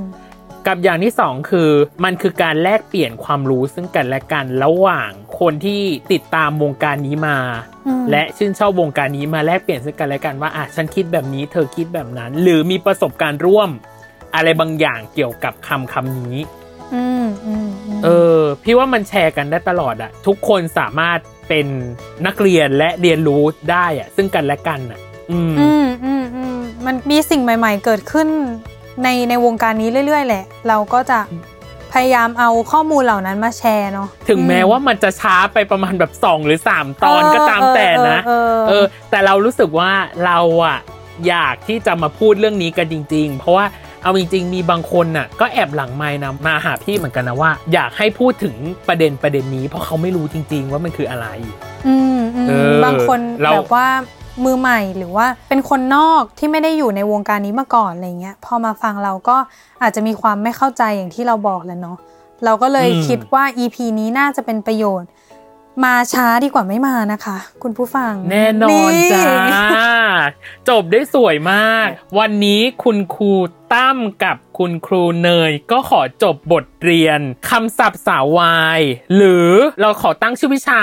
Speaker 1: กับอย่างที่สองคือมันคือการแลกเปลี่ยนความรู้ซึ่งกันและกันระหว่างคนที่ติดตามวงการนี้มา
Speaker 2: อืม
Speaker 1: และชื่นชอบวงการนี้มาแลกเปลี่ยนซึ่งกันและกันว่าอ่ะฉันคิดแบบนี้เธอคิดแบบนั้น หรือมีประสบการณ์ร่วม อะไรบางอย่างเกี่ยวกับคำคำนี้
Speaker 2: อืมอืมอืม
Speaker 1: เออพี่ว่ามันแชร์กันได้ตลอดอะทุกคนสามารถเป็นนักเรียนและเรียนรู้ได้อะซึ่งกันและกันอะอืม
Speaker 2: อืมอืมอืมมันมีสิ่งใหม่ ๆ เกิดขึ้นในในวงการนี้เรื่อยๆ แหละ เราก็จะพยายามเอาข้อมูลเหล่านั้นมาแชร์เนาะ
Speaker 1: ถึง
Speaker 2: อื
Speaker 1: แม้ว่ามันจะช้าไปประมาณแบบ 2 หรือ 3 ตอนก็ตามแต่นะ
Speaker 2: เออเออเอ
Speaker 1: เอ
Speaker 2: อ
Speaker 1: อแต่เรารู้สึกว่าเราอะอยากที่จะมาพูดเรื่องนี้กันจริง ๆ เพราะว่าเอาจริง ๆ มีบางคนน่ะก็แอบหลังไมค์นะมาหาพี่เหมือนกันนะว่า อยากให้พูดถึงประเด็นประเด็นนี้เพราะเขาไม่รู้จริง ๆ ว่ามันคืออะไร
Speaker 2: อืมอืม
Speaker 1: เออบ
Speaker 2: างคน
Speaker 1: เรา
Speaker 2: แบบว่ามือใหม่หรือว่าเป็นคนนอกที่ไม่ได้อยู่ในวงการนี้มาก่อนอะไรเงี้ยพอมาฟังเราก็อาจจะมีความไม่เข้าใจอย่างที่เราบอกแหล้วเนาะเราก็เลยคิดว่า EP นี้น่าจะเป็นประโยชน์ มาช้าดีกว่าไม่มานะคะ คุณผู้ฟัง
Speaker 1: แน่นอนจ้า
Speaker 2: นี่
Speaker 1: จบได้สวยมาก วันนี้คุณครูตั้มกับคุณครูเนย ก็ขอจบบทเรียนคำศัพท์สาววาย หรือเราขอตั้งชื่อวิชา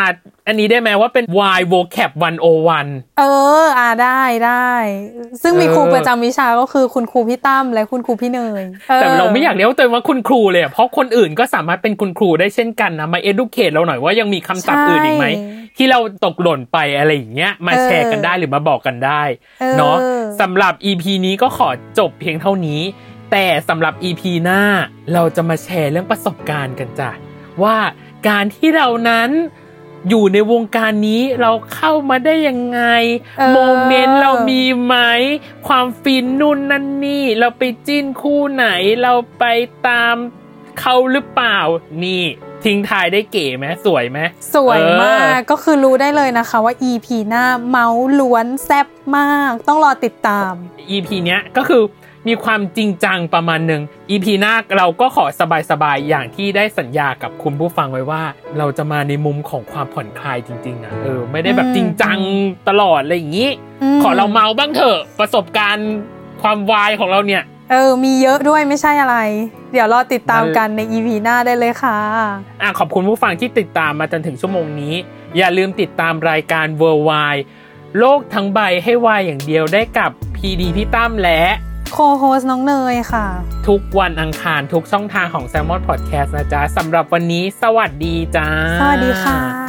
Speaker 1: อันนี้ได้ไหมว่าเป็น Y vocab 101
Speaker 2: เออ อ่าได้ได้ ซึ่งมี
Speaker 1: เออ
Speaker 2: ครูประจำวิชาก็คือคุณครูพี่ตั้มและคุณครูพี่เนยอ
Speaker 1: แต่เราไม่อยากเรียกตัวเองว่าคุณครูเลยอะเพราะคนอื่นก็สามารถเป็นคุณครูได้เช่นกันนะ มา educate เราหน่อยว่ายังมีคำศัพท์อื่นอีกไหม
Speaker 2: ใช่
Speaker 1: ที่เราตกหล่นไปอะไรอย่างเงี้ยมา
Speaker 2: เออ
Speaker 1: แชร์กันได้หรือมาบอกกันได้
Speaker 2: เออ
Speaker 1: เนาะสำหรับ EP นี้ก็ขอจบเพียงเท่านี้ แต่สำหรับ EP หน้าเราจะมาแชร์เรื่องประสบการณ์กันจ้ะว่าการที่เรานั้นอยู่ในวงการนี้เราเข้ามาได้ยังไง
Speaker 2: เออ
Speaker 1: โมเมนต์เรามีไหม ความฟินนู่นนั่นนี่ เราไปจิ้นคู่ไหน เราไปตามเขาหรือเปล่า นี่ ทิ้งทายได้เก๋ไหมสวยไหม
Speaker 2: สวยมาก
Speaker 1: เออ
Speaker 2: ก็คือรู้ได้เลยนะคะว่า EP หน้าเมาส์ล้วนแซ่บมากต้องรอติดตาม
Speaker 1: EP เนี้ยก็คือมีความจริงจังประมาณหนึ่ง EP หน้าเราก็ขอสบายๆ อย่างที่ได้สัญญากับคุณผู้ฟังไว้ว่า เราจะมาในมุมของความผ่อนคลายจริงๆนะเออไม่ได้แบบ
Speaker 2: อืม
Speaker 1: จริงจังตลอดอะไรอย่างนี้
Speaker 2: ม
Speaker 1: ขอเราเมาบ้างเถอะประสบการณ์ความวายของเราเนี่ย
Speaker 2: เออ มีเยอะด้วยไม่ใช่อะไร เดี๋ยวรอติดตามกันใน EP หน้าได้เลยค่ะ
Speaker 1: อ่ะขอบคุณผู้ฟังที่ติดตามมาจนถึงชั่วโมงนี้ อย่าลืมติดตามรายการ w o r l d w i d e โลกทั้งใบให้วายอย่างเดียวได้กับ PD พี่ตั้มและ
Speaker 2: โคโฮสน้องเนยค่ะ
Speaker 1: ทุกวันอังคารทุกช่องทางของ s ซ l m o n Podcast นะจ๊ะสำหรับวันนี้สวัสดีจ้า
Speaker 2: สวัสดีค่ะ